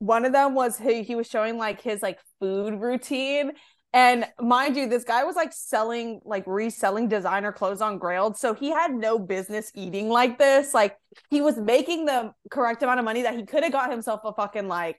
[SPEAKER 1] one of them was he, he was showing like his like food routine and mind you this guy was like selling like reselling designer clothes on grailed so he had no business eating like this like he was making the correct amount of money that he could have got himself a fucking like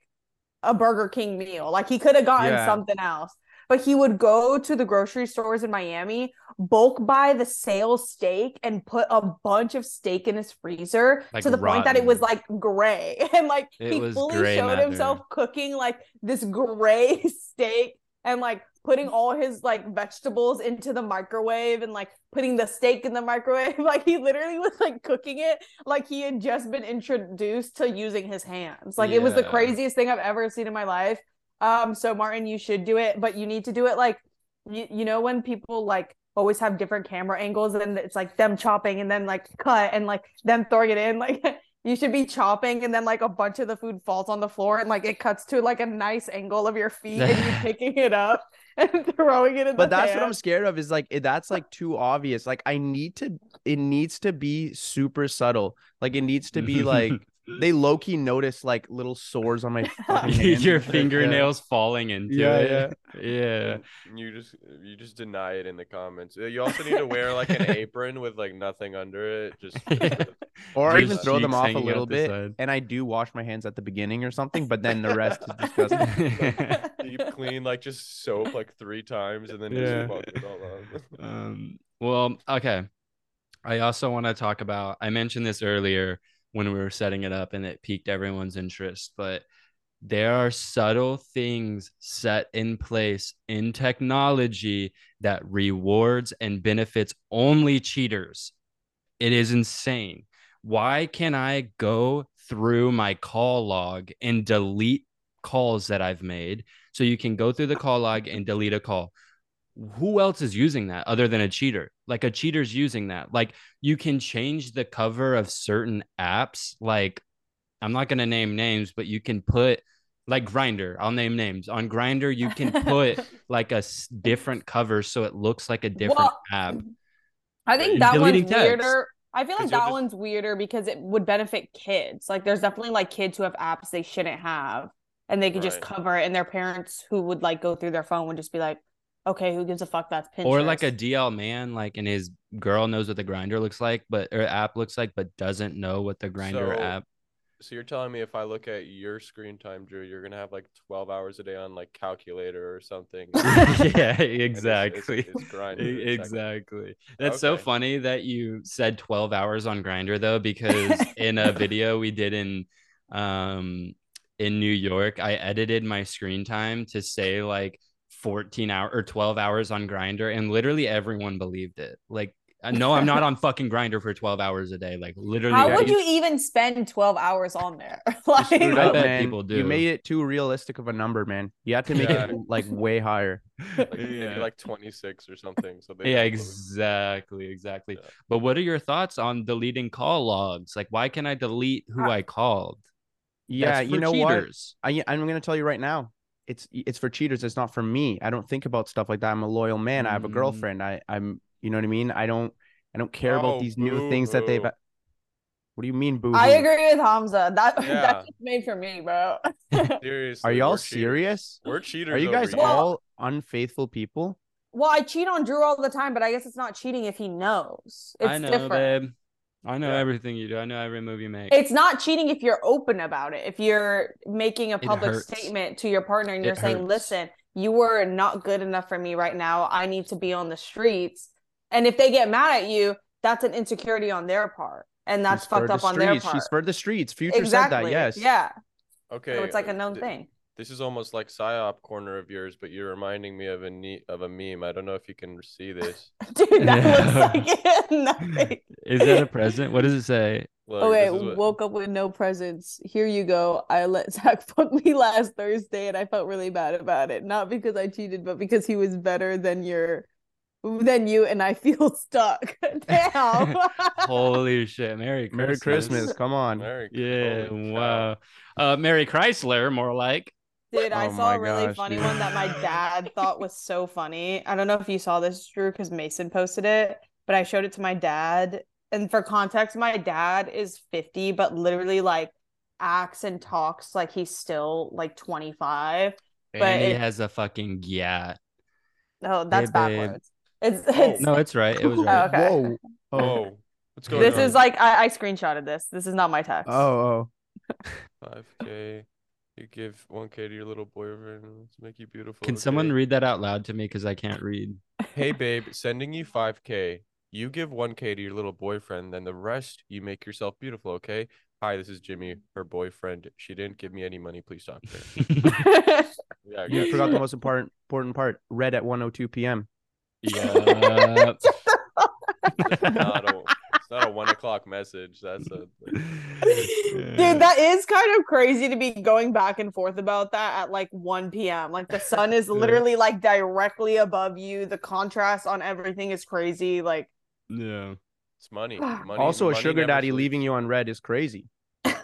[SPEAKER 1] a burger king meal like he could have gotten
[SPEAKER 4] Yeah.
[SPEAKER 1] something else but he would go to the grocery stores in Miami, bulk buy the sale steak, and put a bunch of steak in his freezer
[SPEAKER 2] Like
[SPEAKER 1] to the point that it
[SPEAKER 2] rotten.
[SPEAKER 1] was like gray. [laughs] And like
[SPEAKER 2] It
[SPEAKER 1] he
[SPEAKER 2] was
[SPEAKER 1] fully
[SPEAKER 2] gray
[SPEAKER 1] showed
[SPEAKER 2] matter.
[SPEAKER 1] himself cooking like this gray [laughs] steak and like putting all his like vegetables into the microwave and like putting the steak in the microwave. [laughs] Like he literally was like cooking it like he had just been introduced to using his hands. Like it was the
[SPEAKER 2] Yeah.
[SPEAKER 1] craziest thing I've ever seen in my life. Um, so Martin, you should do it, but you need to do it like you, you know when people like always have different camera angles and it's like them chopping and then like cut and like them throwing it in [laughs] like you should be chopping and then like a bunch of the food falls on the floor and like it cuts to like a nice angle of your feet and you
[SPEAKER 4] [laughs]
[SPEAKER 1] picking it up [laughs] and throwing it in
[SPEAKER 4] but
[SPEAKER 1] the
[SPEAKER 4] that's what
[SPEAKER 1] pan.
[SPEAKER 4] I'm scared of is like it- that's like too obvious. Like I need to it needs to be super subtle. Like it needs
[SPEAKER 2] [laughs]
[SPEAKER 4] to be like they low key notice like little sores on my fucking hands
[SPEAKER 2] your
[SPEAKER 4] and shit.
[SPEAKER 2] fingernails falling into
[SPEAKER 4] Yeah,
[SPEAKER 2] it. [laughs] Yeah.
[SPEAKER 3] And You just you just deny it in the comments. Uh, You also need to wear
[SPEAKER 2] [laughs]
[SPEAKER 3] like an apron with like nothing under it. Just
[SPEAKER 2] Yeah.
[SPEAKER 4] Yeah. Or
[SPEAKER 2] Your
[SPEAKER 4] even throw them
[SPEAKER 2] cheeks
[SPEAKER 4] off a
[SPEAKER 2] hanging out
[SPEAKER 4] little
[SPEAKER 2] the
[SPEAKER 4] bit.
[SPEAKER 2] side.
[SPEAKER 4] And I do wash my hands at the beginning or something, but then the
[SPEAKER 2] [laughs]
[SPEAKER 4] rest is
[SPEAKER 1] [laughs]
[SPEAKER 4] disgusting.
[SPEAKER 3] [laughs]
[SPEAKER 4] [laughs]
[SPEAKER 3] deep clean, like just soap like three times and then
[SPEAKER 2] Yeah.
[SPEAKER 3] just walk it all [laughs] out.
[SPEAKER 2] um, well, okay. I also want to talk about, I mentioned this earlier when we were setting it up and it piqued everyone's interest, but there are subtle things set in place in technology that rewards and benefits only cheaters. It is insane. Why can I go through my call log and delete calls that I've made? So you can go through the call log and delete a call who else is using that other than a cheater? Like a cheater's using that. Like you can change the cover of certain apps. Like I'm not going to name names, but you can put like Grinder, I'll name names. On Grinder, you can put like a s- different cover so it looks like a different
[SPEAKER 1] Well,
[SPEAKER 2] app.
[SPEAKER 1] I
[SPEAKER 2] You're
[SPEAKER 1] think that one's
[SPEAKER 2] deleting text.
[SPEAKER 1] weirder. I feel
[SPEAKER 3] 'Cause
[SPEAKER 1] like
[SPEAKER 3] you'll
[SPEAKER 1] that
[SPEAKER 3] just-
[SPEAKER 1] one's weirder because it would benefit kids. Like there's definitely like kids who have apps they shouldn't have and they could just
[SPEAKER 3] Right.
[SPEAKER 1] cover it and their parents who would like go through their phone would just be like, okay, who gives a fuck that's Pinterest.
[SPEAKER 2] Or like a DL man, like and his girl knows what the grinder looks like, but or app looks like, but doesn't know what the grinder
[SPEAKER 3] So-
[SPEAKER 2] app.
[SPEAKER 3] So you're telling me if I look at your screen time, Drew, you're gonna have like 12 hours a day on like calculator or
[SPEAKER 4] [laughs]
[SPEAKER 3] something.
[SPEAKER 2] [laughs] yeah,
[SPEAKER 3] And it's- it's-
[SPEAKER 2] exactly.
[SPEAKER 3] it's Grindr,
[SPEAKER 2] E-
[SPEAKER 3] it's like-
[SPEAKER 2] Exactly. That's so
[SPEAKER 3] Okay.
[SPEAKER 2] funny that you said 12 hours on Grinder though, because in a video we did in um in New York, I edited my screen time to say like 14 hour or 12 hours on Grinder, and literally everyone believed it. Like, uh, no, I'm not on fucking Grinder for 12 hours a day. Like, literally,
[SPEAKER 1] How
[SPEAKER 2] that
[SPEAKER 1] would
[SPEAKER 2] is-
[SPEAKER 1] you even spend 12 hours on there? [laughs]
[SPEAKER 2] screwed up.
[SPEAKER 4] But,
[SPEAKER 1] like
[SPEAKER 2] bet
[SPEAKER 4] man,
[SPEAKER 2] people do.
[SPEAKER 4] You made it too realistic of a number, man. You had to make
[SPEAKER 3] Yeah.
[SPEAKER 4] it like way higher.
[SPEAKER 3] Like, maybe like 26 or something. So they
[SPEAKER 2] yeah,
[SPEAKER 3] don't believe-
[SPEAKER 2] exactly, exactly.
[SPEAKER 3] Yeah.
[SPEAKER 2] But what are your thoughts on deleting call logs? Like, why can I delete who I called?
[SPEAKER 4] Yeah,
[SPEAKER 2] That's
[SPEAKER 4] you
[SPEAKER 2] for
[SPEAKER 4] know what?
[SPEAKER 2] cheaters.
[SPEAKER 4] I, I'm going to tell you right now. It's it's for cheaters. It's not for me. I don't think about stuff like that. I'm a loyal man. I have a
[SPEAKER 2] Mm.
[SPEAKER 4] girlfriend. I I'm you know what I mean. I don't I don't care
[SPEAKER 3] Oh,
[SPEAKER 4] about these new things that they've.
[SPEAKER 3] boo-hoo.
[SPEAKER 4] What do you mean, boo?
[SPEAKER 1] I agree with Hamza. That [laughs]
[SPEAKER 3] Yeah.
[SPEAKER 1] that's just made for me, bro.
[SPEAKER 3] Seriously.
[SPEAKER 4] Are y'all
[SPEAKER 3] we're cheaters.
[SPEAKER 4] serious?
[SPEAKER 3] We're cheaters.
[SPEAKER 4] Are you
[SPEAKER 3] over
[SPEAKER 4] guys
[SPEAKER 3] here.
[SPEAKER 1] Well-
[SPEAKER 4] all unfaithful people?
[SPEAKER 1] Well, I cheat on Drew all the time, but I guess it's not cheating if he knows. It's
[SPEAKER 2] I know,
[SPEAKER 1] different.
[SPEAKER 2] babe. I know
[SPEAKER 3] Yeah.
[SPEAKER 2] everything you do. I know every move you make.
[SPEAKER 1] It's not cheating if you're open about it. If you're making a public
[SPEAKER 2] hurts.
[SPEAKER 1] statement to your partner and
[SPEAKER 2] It
[SPEAKER 1] you're saying,
[SPEAKER 2] hurts.
[SPEAKER 1] "Listen, you were not good enough for me right now. I need to be on the streets." And if they get mad at you, that's an insecurity on their part, and that's
[SPEAKER 4] She's for
[SPEAKER 1] fucked
[SPEAKER 4] the
[SPEAKER 1] up on their
[SPEAKER 4] streets.
[SPEAKER 1] part.
[SPEAKER 4] She's for the streets. Future
[SPEAKER 1] exactly.
[SPEAKER 4] said that. Yes.
[SPEAKER 1] Yeah.
[SPEAKER 3] Okay.
[SPEAKER 1] so it's like a
[SPEAKER 3] uh,
[SPEAKER 1] known
[SPEAKER 3] th-
[SPEAKER 1] thing. [laughs]
[SPEAKER 3] This is almost like psyop corner of yours, but you're reminding me of a ne- of a meme. I don't know if you can see this.
[SPEAKER 1] Dude, that
[SPEAKER 4] [laughs]
[SPEAKER 1] looks like [laughs] nothing.
[SPEAKER 2] Is that a present? What does
[SPEAKER 1] [laughs]
[SPEAKER 2] it say?
[SPEAKER 3] Look,
[SPEAKER 1] Okay,
[SPEAKER 3] this is what-
[SPEAKER 1] Oh, woke up with no presents. Here you go. I let [laughs] Zach fuck me last Thursday and I felt really bad about it. Not because I cheated, but because he was better than your than you and I feel [laughs] stuck.
[SPEAKER 4] [laughs]
[SPEAKER 1] Damn. [laughs]
[SPEAKER 2] Holy shit! Merry Christmas.
[SPEAKER 4] Merry Christmas. Come on.
[SPEAKER 3] Merry-
[SPEAKER 2] Yeah.
[SPEAKER 3] holy cow.
[SPEAKER 2] Wow. Uh, Merry Chrysler, more like.
[SPEAKER 1] Dude, I
[SPEAKER 4] Oh
[SPEAKER 1] saw
[SPEAKER 4] my
[SPEAKER 1] a really
[SPEAKER 4] gosh,
[SPEAKER 1] funny
[SPEAKER 4] dude.
[SPEAKER 1] one that my dad thought was so funny. I don't know if you saw this, Drew, because Mason posted it, but I showed it to my dad. And for context, my dad is 50, but literally like acts and talks like he's still like 25. But
[SPEAKER 2] and he
[SPEAKER 1] it-
[SPEAKER 2] has a fucking yeah.
[SPEAKER 1] No, Oh, that's
[SPEAKER 2] babe.
[SPEAKER 1] backwards. It's it's
[SPEAKER 2] No, it's right. It was
[SPEAKER 1] Oh,
[SPEAKER 2] right.
[SPEAKER 1] okay.
[SPEAKER 4] Whoa. Oh.
[SPEAKER 2] [laughs]
[SPEAKER 3] [laughs] Whoa. What's going
[SPEAKER 1] this [laughs]
[SPEAKER 3] on?
[SPEAKER 1] is like I, I screenshotted this. This is not my text.
[SPEAKER 4] Oh. Oh.
[SPEAKER 3] 5K. You give one K to your little boy over and let's make you beautiful.
[SPEAKER 2] Can
[SPEAKER 3] okay?
[SPEAKER 2] someone read that out loud to me? Because I can't
[SPEAKER 3] [laughs]
[SPEAKER 2] read.
[SPEAKER 3] Hey babe, sending you five K. You give one K to your little boyfriend, then the rest you make yourself beautiful, okay? Hi, this is Jimmy, her boyfriend. She didn't give me any money. Please talk to her. [laughs]
[SPEAKER 2] [laughs]
[SPEAKER 3] Yeah, I
[SPEAKER 4] You
[SPEAKER 3] guess.
[SPEAKER 4] oh. forgot the most important important part. Read at 1:02 p.m.
[SPEAKER 2] Yup.
[SPEAKER 4] [laughs]
[SPEAKER 3] It's not a, it's not a one o'clock message. That's a
[SPEAKER 1] Dude, that is kind of crazy to be going back and forth about that at like 1 p.m. Like the sun is literally like directly above you. The contrast on everything is crazy. Like [laughs]
[SPEAKER 2] yeah.
[SPEAKER 1] [sighs]
[SPEAKER 3] it's money.
[SPEAKER 1] Also,
[SPEAKER 3] money
[SPEAKER 4] Also, a
[SPEAKER 3] money
[SPEAKER 4] sugar
[SPEAKER 3] never
[SPEAKER 4] daddy
[SPEAKER 3] sleeps.
[SPEAKER 4] leaving you on red is crazy.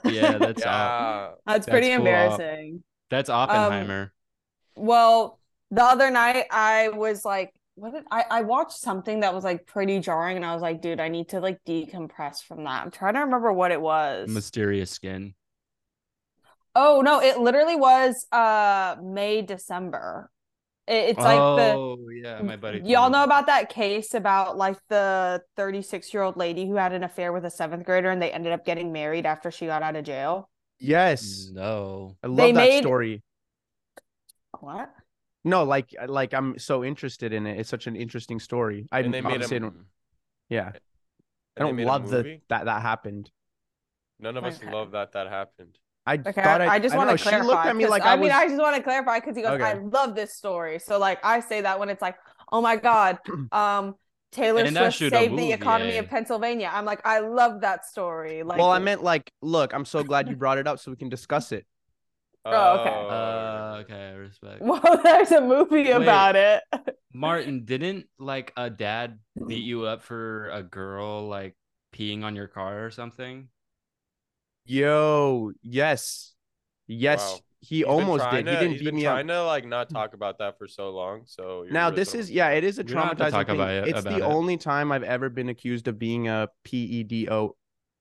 [SPEAKER 2] Yeah, that's Op-
[SPEAKER 3] Yeah.
[SPEAKER 1] that's,
[SPEAKER 2] That's
[SPEAKER 1] pretty
[SPEAKER 2] full op.
[SPEAKER 1] embarrassing.
[SPEAKER 2] that's Oppenheimer.
[SPEAKER 1] Well, the other night I was like, what did I, I watched something that was like pretty jarring and I was like, dude, I need to like decompress from that. I'm trying to remember what it was.
[SPEAKER 2] Mysterious skin.
[SPEAKER 1] oh no, it literally was uh May, December. It, it's like the
[SPEAKER 2] oh yeah, my buddy. told
[SPEAKER 1] Y'all
[SPEAKER 2] me.
[SPEAKER 1] know about that case about like the 36 year old lady who had an affair with a seventh grader and they ended up getting married after she got out of jail?
[SPEAKER 3] Mm.
[SPEAKER 4] Yes,
[SPEAKER 2] No.
[SPEAKER 4] I love
[SPEAKER 1] They
[SPEAKER 4] that
[SPEAKER 1] made-
[SPEAKER 4] story.
[SPEAKER 1] What?
[SPEAKER 4] No, like like I'm so interested in it. It's such an interesting story. I
[SPEAKER 3] And they made
[SPEAKER 4] obviously
[SPEAKER 3] a,
[SPEAKER 4] don't- yeah. I
[SPEAKER 3] and they
[SPEAKER 4] don't
[SPEAKER 3] made a
[SPEAKER 4] love the
[SPEAKER 3] movie?
[SPEAKER 4] that that happened.
[SPEAKER 3] None of us
[SPEAKER 1] Okay.
[SPEAKER 3] love that that happened.
[SPEAKER 4] I
[SPEAKER 1] Okay.
[SPEAKER 4] thought
[SPEAKER 1] I,
[SPEAKER 4] I,
[SPEAKER 1] I just
[SPEAKER 4] don't
[SPEAKER 1] want
[SPEAKER 4] know,
[SPEAKER 1] to clarify.
[SPEAKER 4] She looked at me
[SPEAKER 1] 'cause-
[SPEAKER 4] like
[SPEAKER 1] I,
[SPEAKER 4] I, was.
[SPEAKER 1] mean, I just want to clarify because he goes,
[SPEAKER 4] Okay.
[SPEAKER 1] I love this story. So, like, I say that when it's like, oh my
[SPEAKER 4] [clears throat]
[SPEAKER 1] God, um, Taylor
[SPEAKER 2] And that
[SPEAKER 1] Swift
[SPEAKER 2] should
[SPEAKER 1] saved
[SPEAKER 2] a
[SPEAKER 1] the
[SPEAKER 2] movie,
[SPEAKER 1] economy
[SPEAKER 2] eh?
[SPEAKER 1] of Pennsylvania. I'm like, I love that story. Like,
[SPEAKER 4] well, I meant like, look, I'm so glad you brought it up so we can discuss it.
[SPEAKER 1] Oh, okay.
[SPEAKER 2] Uh, okay,
[SPEAKER 1] [laughs]
[SPEAKER 2] respect.
[SPEAKER 1] well, there's a movie
[SPEAKER 2] Wait.
[SPEAKER 1] about it. [laughs]
[SPEAKER 2] Martin, didn't like a dad beat you up for a girl like peeing on your car or something?
[SPEAKER 4] Yo, yes, yes,
[SPEAKER 3] Wow.
[SPEAKER 4] he
[SPEAKER 3] He's been
[SPEAKER 4] almost
[SPEAKER 3] trying
[SPEAKER 4] did.
[SPEAKER 3] To,
[SPEAKER 4] he didn't
[SPEAKER 3] he's
[SPEAKER 4] beat
[SPEAKER 3] been
[SPEAKER 4] me up.
[SPEAKER 3] trying to like not talk about that for so long. So you're
[SPEAKER 4] Now
[SPEAKER 3] really
[SPEAKER 4] this
[SPEAKER 3] throwing
[SPEAKER 4] is
[SPEAKER 3] me
[SPEAKER 4] yeah,
[SPEAKER 3] off.
[SPEAKER 4] it is a
[SPEAKER 2] We don't have to
[SPEAKER 4] traumatizing
[SPEAKER 2] talk
[SPEAKER 4] thing.
[SPEAKER 2] about it-
[SPEAKER 4] it's
[SPEAKER 2] about
[SPEAKER 4] the
[SPEAKER 2] it.
[SPEAKER 4] only time I've ever been accused of being a pedo,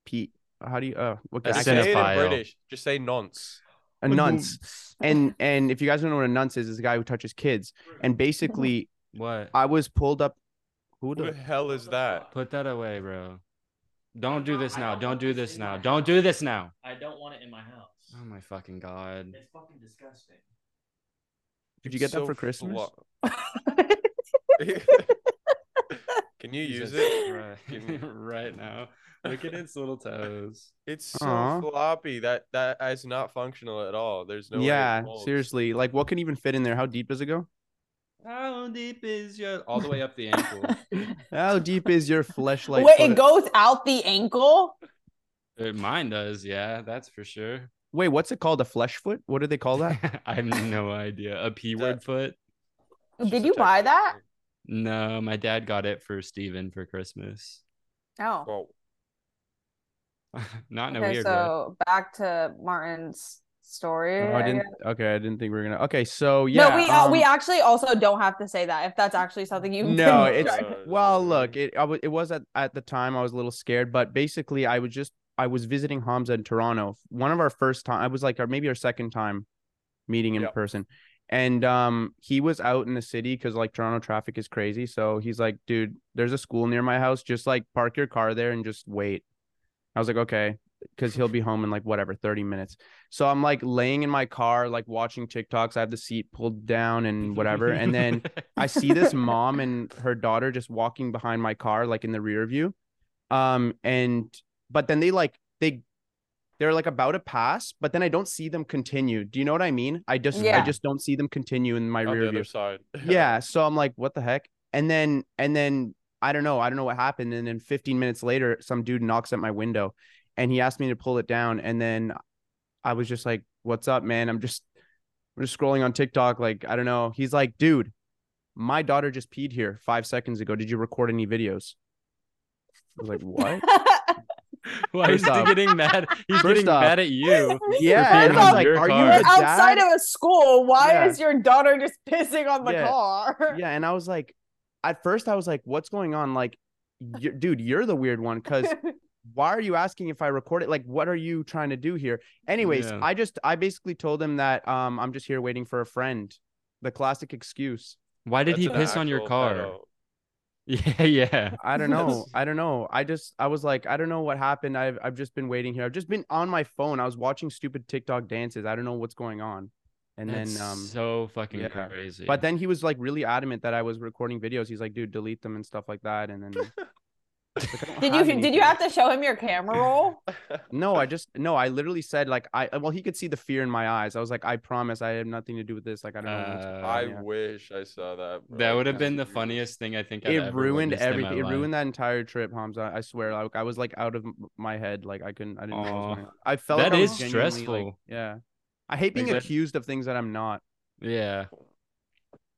[SPEAKER 4] p. How do you uh? What
[SPEAKER 2] A
[SPEAKER 4] I
[SPEAKER 3] Just
[SPEAKER 4] can't-
[SPEAKER 3] say it in
[SPEAKER 2] cinephile.
[SPEAKER 3] British. Just say nonce.
[SPEAKER 4] a nunce. And and if you guys don't know what a nunce is, is a guy who touches kids. And basically,
[SPEAKER 2] What?
[SPEAKER 4] I was pulled up. Who
[SPEAKER 3] Who the
[SPEAKER 4] the
[SPEAKER 3] hell is that?
[SPEAKER 2] Put that away, bro. Don't do this now. Don't do this now. Don't do this now.
[SPEAKER 5] I don't want it in my house.
[SPEAKER 2] Oh my fucking god.
[SPEAKER 5] It's fucking disgusting.
[SPEAKER 4] did you get
[SPEAKER 3] So
[SPEAKER 4] that for Christmas?
[SPEAKER 3] flo-
[SPEAKER 4] [laughs]
[SPEAKER 3] [laughs] Can you use
[SPEAKER 2] Jesus
[SPEAKER 3] it?
[SPEAKER 2] Christ. [laughs] right now. Look at its little toes.
[SPEAKER 3] It's so
[SPEAKER 4] Aw.
[SPEAKER 3] floppy. That that is not functional at all. There's no. way it
[SPEAKER 4] yeah,
[SPEAKER 3] folds.
[SPEAKER 4] seriously. Like, what can even fit in there? How deep does it go?
[SPEAKER 2] How deep is your all the way up the ankle?
[SPEAKER 4] How deep is your
[SPEAKER 1] [laughs]
[SPEAKER 4] fleshlight?
[SPEAKER 1] Wait,
[SPEAKER 4] foot?
[SPEAKER 1] it goes out the ankle?
[SPEAKER 2] [laughs] Uh, Mine does, yeah, that's for sure.
[SPEAKER 4] Wait, what's it called? A flesh foot? What do they call that?
[SPEAKER 2] [laughs] I have no idea. A P word foot?
[SPEAKER 3] It's
[SPEAKER 1] Did
[SPEAKER 3] just a
[SPEAKER 1] you buy
[SPEAKER 3] technical
[SPEAKER 1] that?
[SPEAKER 3] thing.
[SPEAKER 2] No, my dad got it for Steven for Christmas.
[SPEAKER 1] No.
[SPEAKER 3] Well,
[SPEAKER 2] [laughs] Not in a
[SPEAKER 1] okay,
[SPEAKER 2] weird way.
[SPEAKER 1] so back to Martin's story.
[SPEAKER 4] Oh, I
[SPEAKER 1] I
[SPEAKER 4] didn't.
[SPEAKER 1] guess.
[SPEAKER 4] Okay, I didn't think we were gonna. Okay, so yeah.
[SPEAKER 1] no, we uh,
[SPEAKER 4] um,
[SPEAKER 1] we actually also don't have to say that if that's actually something you.
[SPEAKER 4] No,
[SPEAKER 1] can- [laughs]
[SPEAKER 4] it's [laughs]
[SPEAKER 3] Uh,
[SPEAKER 4] well. Look, it I w- it was at at the time I was a little scared, but basically I was just I was visiting Hamza in Toronto. One of our first time, I was like, or maybe our second time meeting in
[SPEAKER 3] Yeah.
[SPEAKER 4] person, and um, he was out in the city because like Toronto traffic is crazy. So he's like, dude, there's a school near my house. Just like park your car there and just wait. I was like, okay, because he'll be home in like whatever 30 minutes. So I'm like laying in my car, like watching TikToks. I have the seat pulled down
[SPEAKER 2] Mm, [laughs]
[SPEAKER 4] and whatever, and then. I see this mom and her daughter just walking behind my car, like in the rear view. Um, and but then they like they they're like about to pass, but then I don't see them continue. Do you know what I mean? I just I
[SPEAKER 1] Yeah.
[SPEAKER 4] just don't see them continue in my
[SPEAKER 3] on the
[SPEAKER 4] rear view.
[SPEAKER 3] other side.
[SPEAKER 4] Yeah. So I'm like, what the heck? And then and then I don't know, I don't know what happened. And then 15 minutes later, some dude knocks at my window and he asked me to pull it down. And then I was just like, What's up, man? I'm just I'm just scrolling on TikTok. Like, I don't know. He's like, dude, my daughter just peed here five seconds ago. Did you record any videos? I was
[SPEAKER 1] [laughs]
[SPEAKER 4] like, what?
[SPEAKER 2] Why is
[SPEAKER 4] First
[SPEAKER 2] he
[SPEAKER 4] off-
[SPEAKER 2] getting mad? He's
[SPEAKER 4] First
[SPEAKER 2] getting
[SPEAKER 4] off-
[SPEAKER 2] mad at
[SPEAKER 1] [laughs]
[SPEAKER 2] you.
[SPEAKER 4] yeah. And
[SPEAKER 1] First
[SPEAKER 4] I'm
[SPEAKER 1] off,
[SPEAKER 4] like,
[SPEAKER 2] your
[SPEAKER 4] are you
[SPEAKER 2] car.
[SPEAKER 4] the
[SPEAKER 1] You're outside
[SPEAKER 4] dad?"
[SPEAKER 1] of a school. Why
[SPEAKER 4] Yeah.
[SPEAKER 1] is your daughter just [laughs] pissing on the
[SPEAKER 4] Yeah.
[SPEAKER 1] car?
[SPEAKER 4] Yeah, and I was like, at first I was like, what's going on? Like, you dude, you're the weird one because why are you asking if I record it? Like, what are you trying to do here? Anyways,
[SPEAKER 2] Yeah.
[SPEAKER 4] I just I basically told him that um I'm just here waiting for a friend. The classic excuse.
[SPEAKER 2] Why did
[SPEAKER 3] That's
[SPEAKER 2] he
[SPEAKER 3] an
[SPEAKER 2] piss on your
[SPEAKER 4] [laughs]
[SPEAKER 3] actual
[SPEAKER 2] car?
[SPEAKER 3] pedo.
[SPEAKER 2] [laughs] Yeah, yeah.
[SPEAKER 4] I don't
[SPEAKER 2] [laughs]
[SPEAKER 4] know. I don't know. I just I was like, I don't know what happened. I've I've just been waiting here. I've just been on my phone. I was watching stupid TikTok dances. I don't know what's going on. And
[SPEAKER 2] That's
[SPEAKER 4] then um
[SPEAKER 2] so fucking
[SPEAKER 4] yeah.
[SPEAKER 2] crazy.
[SPEAKER 4] but then he was like really adamant that I was recording videos. He's like, dude, delete them and stuff like that.
[SPEAKER 2] [laughs]
[SPEAKER 4] And then
[SPEAKER 1] [laughs] Did you did you have to show him your camera
[SPEAKER 4] [laughs]
[SPEAKER 1] roll?
[SPEAKER 4] No, I just no, I literally said like I well he could see the fear in my eyes. I was like, I promise I have nothing to do with this. Like I don't know what's
[SPEAKER 2] Uh,
[SPEAKER 4] going
[SPEAKER 3] I
[SPEAKER 4] on. Yeah.
[SPEAKER 3] wish I saw that. bro.
[SPEAKER 2] that would have
[SPEAKER 3] That's
[SPEAKER 2] been the
[SPEAKER 3] huge.
[SPEAKER 2] funniest thing I think I've
[SPEAKER 4] it
[SPEAKER 2] ever
[SPEAKER 4] ruined
[SPEAKER 2] witnessed in my
[SPEAKER 4] everything. It
[SPEAKER 2] life.
[SPEAKER 4] ruined that entire trip, Hamza. I swear, like I was like out of m- my head. Like I couldn't. I didn't. Know what was
[SPEAKER 2] Aw.
[SPEAKER 4] going on. I felt
[SPEAKER 2] That
[SPEAKER 4] like I was
[SPEAKER 2] is
[SPEAKER 4] genuinely, like-
[SPEAKER 2] stressful.
[SPEAKER 4] yeah, I hate being
[SPEAKER 2] Like, that-
[SPEAKER 4] accused of things that I'm not.
[SPEAKER 2] [laughs] Yeah.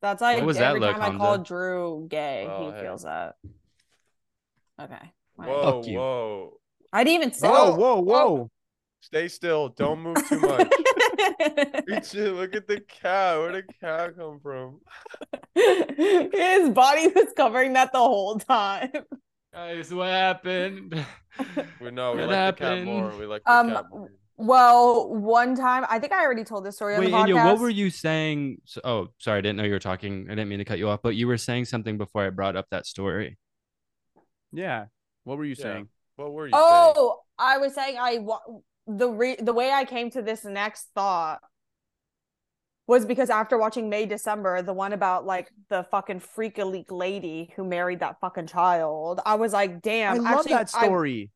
[SPEAKER 1] That's like
[SPEAKER 2] was that
[SPEAKER 1] every
[SPEAKER 2] look,
[SPEAKER 1] time I
[SPEAKER 2] Hamza?
[SPEAKER 1] call Drew gay,
[SPEAKER 3] Oh,
[SPEAKER 1] he
[SPEAKER 3] hey.
[SPEAKER 1] feels that. Okay. All right.
[SPEAKER 3] Whoa,
[SPEAKER 2] Fuck you.
[SPEAKER 3] whoa.
[SPEAKER 1] I didn't even say.
[SPEAKER 4] Whoa,
[SPEAKER 3] Oh,
[SPEAKER 4] whoa,
[SPEAKER 1] oh.
[SPEAKER 4] whoa!
[SPEAKER 3] Stay still. Don't move
[SPEAKER 4] [laughs]
[SPEAKER 3] too much. Bitch, Look at the cow. Where did the cow come from?
[SPEAKER 1] His body was covering that the whole time.
[SPEAKER 2] Guys, what happened? [laughs]
[SPEAKER 3] We know we
[SPEAKER 2] What
[SPEAKER 3] like the cat
[SPEAKER 2] happened?
[SPEAKER 3] more. We like the
[SPEAKER 1] Um,
[SPEAKER 3] cat more.
[SPEAKER 1] Well, one time, I think I already told this story
[SPEAKER 2] Wait,
[SPEAKER 1] on the
[SPEAKER 2] India,
[SPEAKER 1] podcast.
[SPEAKER 2] what were you saying? So, oh, sorry, I didn't know you were talking. I didn't mean to cut you off, but you were saying something before I brought up that story.
[SPEAKER 4] Yeah, what were you
[SPEAKER 3] Yeah.
[SPEAKER 4] saying?
[SPEAKER 3] What were you saying?
[SPEAKER 1] Oh, I was saying I wa- the re- the way I came to this next thought was because after watching May December, the one about like the fucking freak a leak lady who married that fucking child, I was like, damn,
[SPEAKER 4] I love
[SPEAKER 1] actually,
[SPEAKER 4] that
[SPEAKER 1] I-
[SPEAKER 4] story.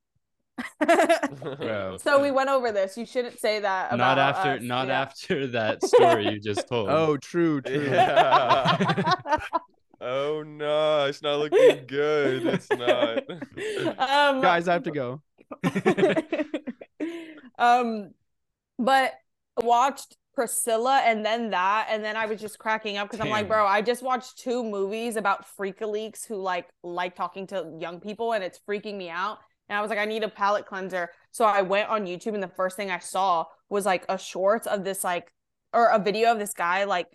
[SPEAKER 1] [laughs]
[SPEAKER 3] [laughs]
[SPEAKER 2] Bro.
[SPEAKER 1] so we went over this. You shouldn't say that.
[SPEAKER 2] not
[SPEAKER 1] about
[SPEAKER 2] after
[SPEAKER 1] us.
[SPEAKER 2] not
[SPEAKER 1] Yeah. [laughs]
[SPEAKER 2] after that story you just told.
[SPEAKER 4] Oh,
[SPEAKER 2] [laughs]
[SPEAKER 4] true, true.
[SPEAKER 3] Yeah.
[SPEAKER 1] [laughs]
[SPEAKER 3] oh no, it's not looking good. It's
[SPEAKER 1] [laughs]
[SPEAKER 3] [laughs] not.
[SPEAKER 1] um,
[SPEAKER 4] Guys, I have to go.
[SPEAKER 1] [laughs] um but watched Priscilla and then that and then I was just cracking up because I'm like
[SPEAKER 2] Damn.
[SPEAKER 1] bro I just watched two movies about freakaleaks who like like talking to young people and it's freaking me out and I was like I need a palate cleanser so I went on YouTube and the first thing I saw was like a short of this like or a video of this guy like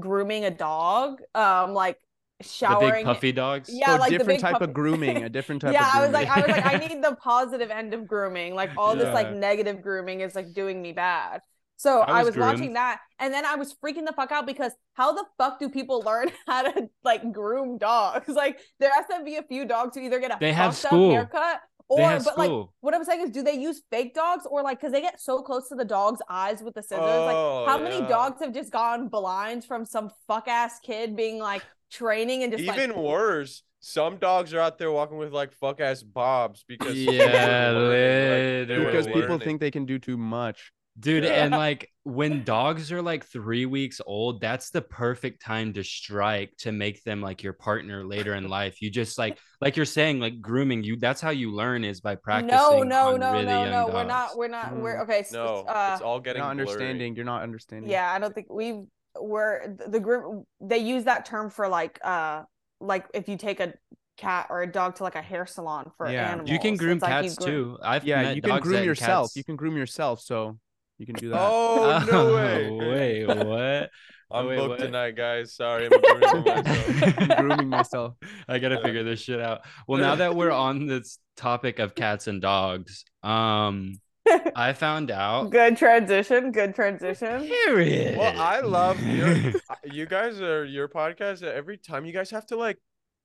[SPEAKER 1] grooming a dog um like
[SPEAKER 2] the
[SPEAKER 1] showering
[SPEAKER 2] big puffy dogs.
[SPEAKER 1] Yeah,
[SPEAKER 4] so
[SPEAKER 1] like the
[SPEAKER 4] different
[SPEAKER 1] big
[SPEAKER 4] type
[SPEAKER 1] puppy-
[SPEAKER 4] of grooming.
[SPEAKER 1] [laughs]
[SPEAKER 4] A different type.
[SPEAKER 1] yeah,
[SPEAKER 4] of
[SPEAKER 1] I was
[SPEAKER 4] grooming.
[SPEAKER 1] like, I was like, I
[SPEAKER 2] [laughs]
[SPEAKER 1] need the positive end of grooming. Like all this like
[SPEAKER 2] Yeah.
[SPEAKER 1] negative grooming is like doing me bad. So I
[SPEAKER 2] I
[SPEAKER 1] was,
[SPEAKER 2] was
[SPEAKER 1] watching
[SPEAKER 2] groomed.
[SPEAKER 1] that, and then I was freaking the fuck out because how the fuck do people learn [laughs] how to like groom dogs? Like there has to be a few dogs who either get a
[SPEAKER 2] They have
[SPEAKER 1] fucked up
[SPEAKER 2] school.
[SPEAKER 1] haircut, or
[SPEAKER 2] they have
[SPEAKER 1] but like
[SPEAKER 2] school.
[SPEAKER 1] what I'm saying is, do they use fake dogs or like because they get so close to the dog's eyes with the scissors?
[SPEAKER 3] Oh,
[SPEAKER 1] like, how many
[SPEAKER 3] yeah.
[SPEAKER 1] dogs have just gone blind from some fuck ass kid being like training and just
[SPEAKER 3] Even
[SPEAKER 1] like
[SPEAKER 3] worse, some dogs are out there walking with like fuck ass bobs because they
[SPEAKER 2] Yeah,
[SPEAKER 3] were learning, like, they were
[SPEAKER 4] [laughs] because people
[SPEAKER 3] learning.
[SPEAKER 4] think they can do too much.
[SPEAKER 2] Dude,
[SPEAKER 3] Yeah.
[SPEAKER 2] and like
[SPEAKER 1] [laughs]
[SPEAKER 2] when dogs are like three weeks old, that's the perfect time to strike to make them like your partner later in life. You just like, like you're saying, like grooming you. That's how you learn is by practicing.
[SPEAKER 1] No, no,
[SPEAKER 2] on
[SPEAKER 1] no,
[SPEAKER 2] really
[SPEAKER 1] no,
[SPEAKER 2] young
[SPEAKER 1] no. We're
[SPEAKER 2] dogs.
[SPEAKER 1] not. We're not. We're
[SPEAKER 2] Mm,
[SPEAKER 1] okay. s-
[SPEAKER 3] no,
[SPEAKER 1] uh,
[SPEAKER 3] it's all
[SPEAKER 4] You're
[SPEAKER 3] getting
[SPEAKER 4] not
[SPEAKER 3] blurry.
[SPEAKER 4] understanding. You're not understanding.
[SPEAKER 1] yeah, I don't think we've. We're th- the group. They use that term for like, uh, like if you take a cat or a dog to like a hair salon for
[SPEAKER 4] Yeah.
[SPEAKER 1] animals.
[SPEAKER 2] You can groom
[SPEAKER 1] It's like you
[SPEAKER 2] cats
[SPEAKER 1] groom-
[SPEAKER 2] too. I've
[SPEAKER 4] Yeah,
[SPEAKER 2] met
[SPEAKER 4] you can
[SPEAKER 2] dogs
[SPEAKER 4] groom
[SPEAKER 2] that
[SPEAKER 4] yourself.
[SPEAKER 2] cats- [laughs]
[SPEAKER 4] You can groom yourself, so you can do that. [laughs]
[SPEAKER 3] Oh no way!
[SPEAKER 2] Wait, what?
[SPEAKER 3] I'm
[SPEAKER 2] wait,
[SPEAKER 3] booked
[SPEAKER 2] what?
[SPEAKER 3] tonight, guys. Sorry, I'm grooming
[SPEAKER 4] [laughs]
[SPEAKER 3] myself. [laughs]
[SPEAKER 4] I'm grooming myself.
[SPEAKER 2] [laughs] I gotta figure this shit out. Well, now
[SPEAKER 1] [laughs]
[SPEAKER 2] that we're on this topic of cats and dogs,
[SPEAKER 1] [laughs]
[SPEAKER 2] um, I found out.
[SPEAKER 1] Good transition. Good transition.
[SPEAKER 2] Period.
[SPEAKER 4] [laughs]
[SPEAKER 3] Well, I love your, [laughs] you guys are your podcast. uh, Every time you guys have to like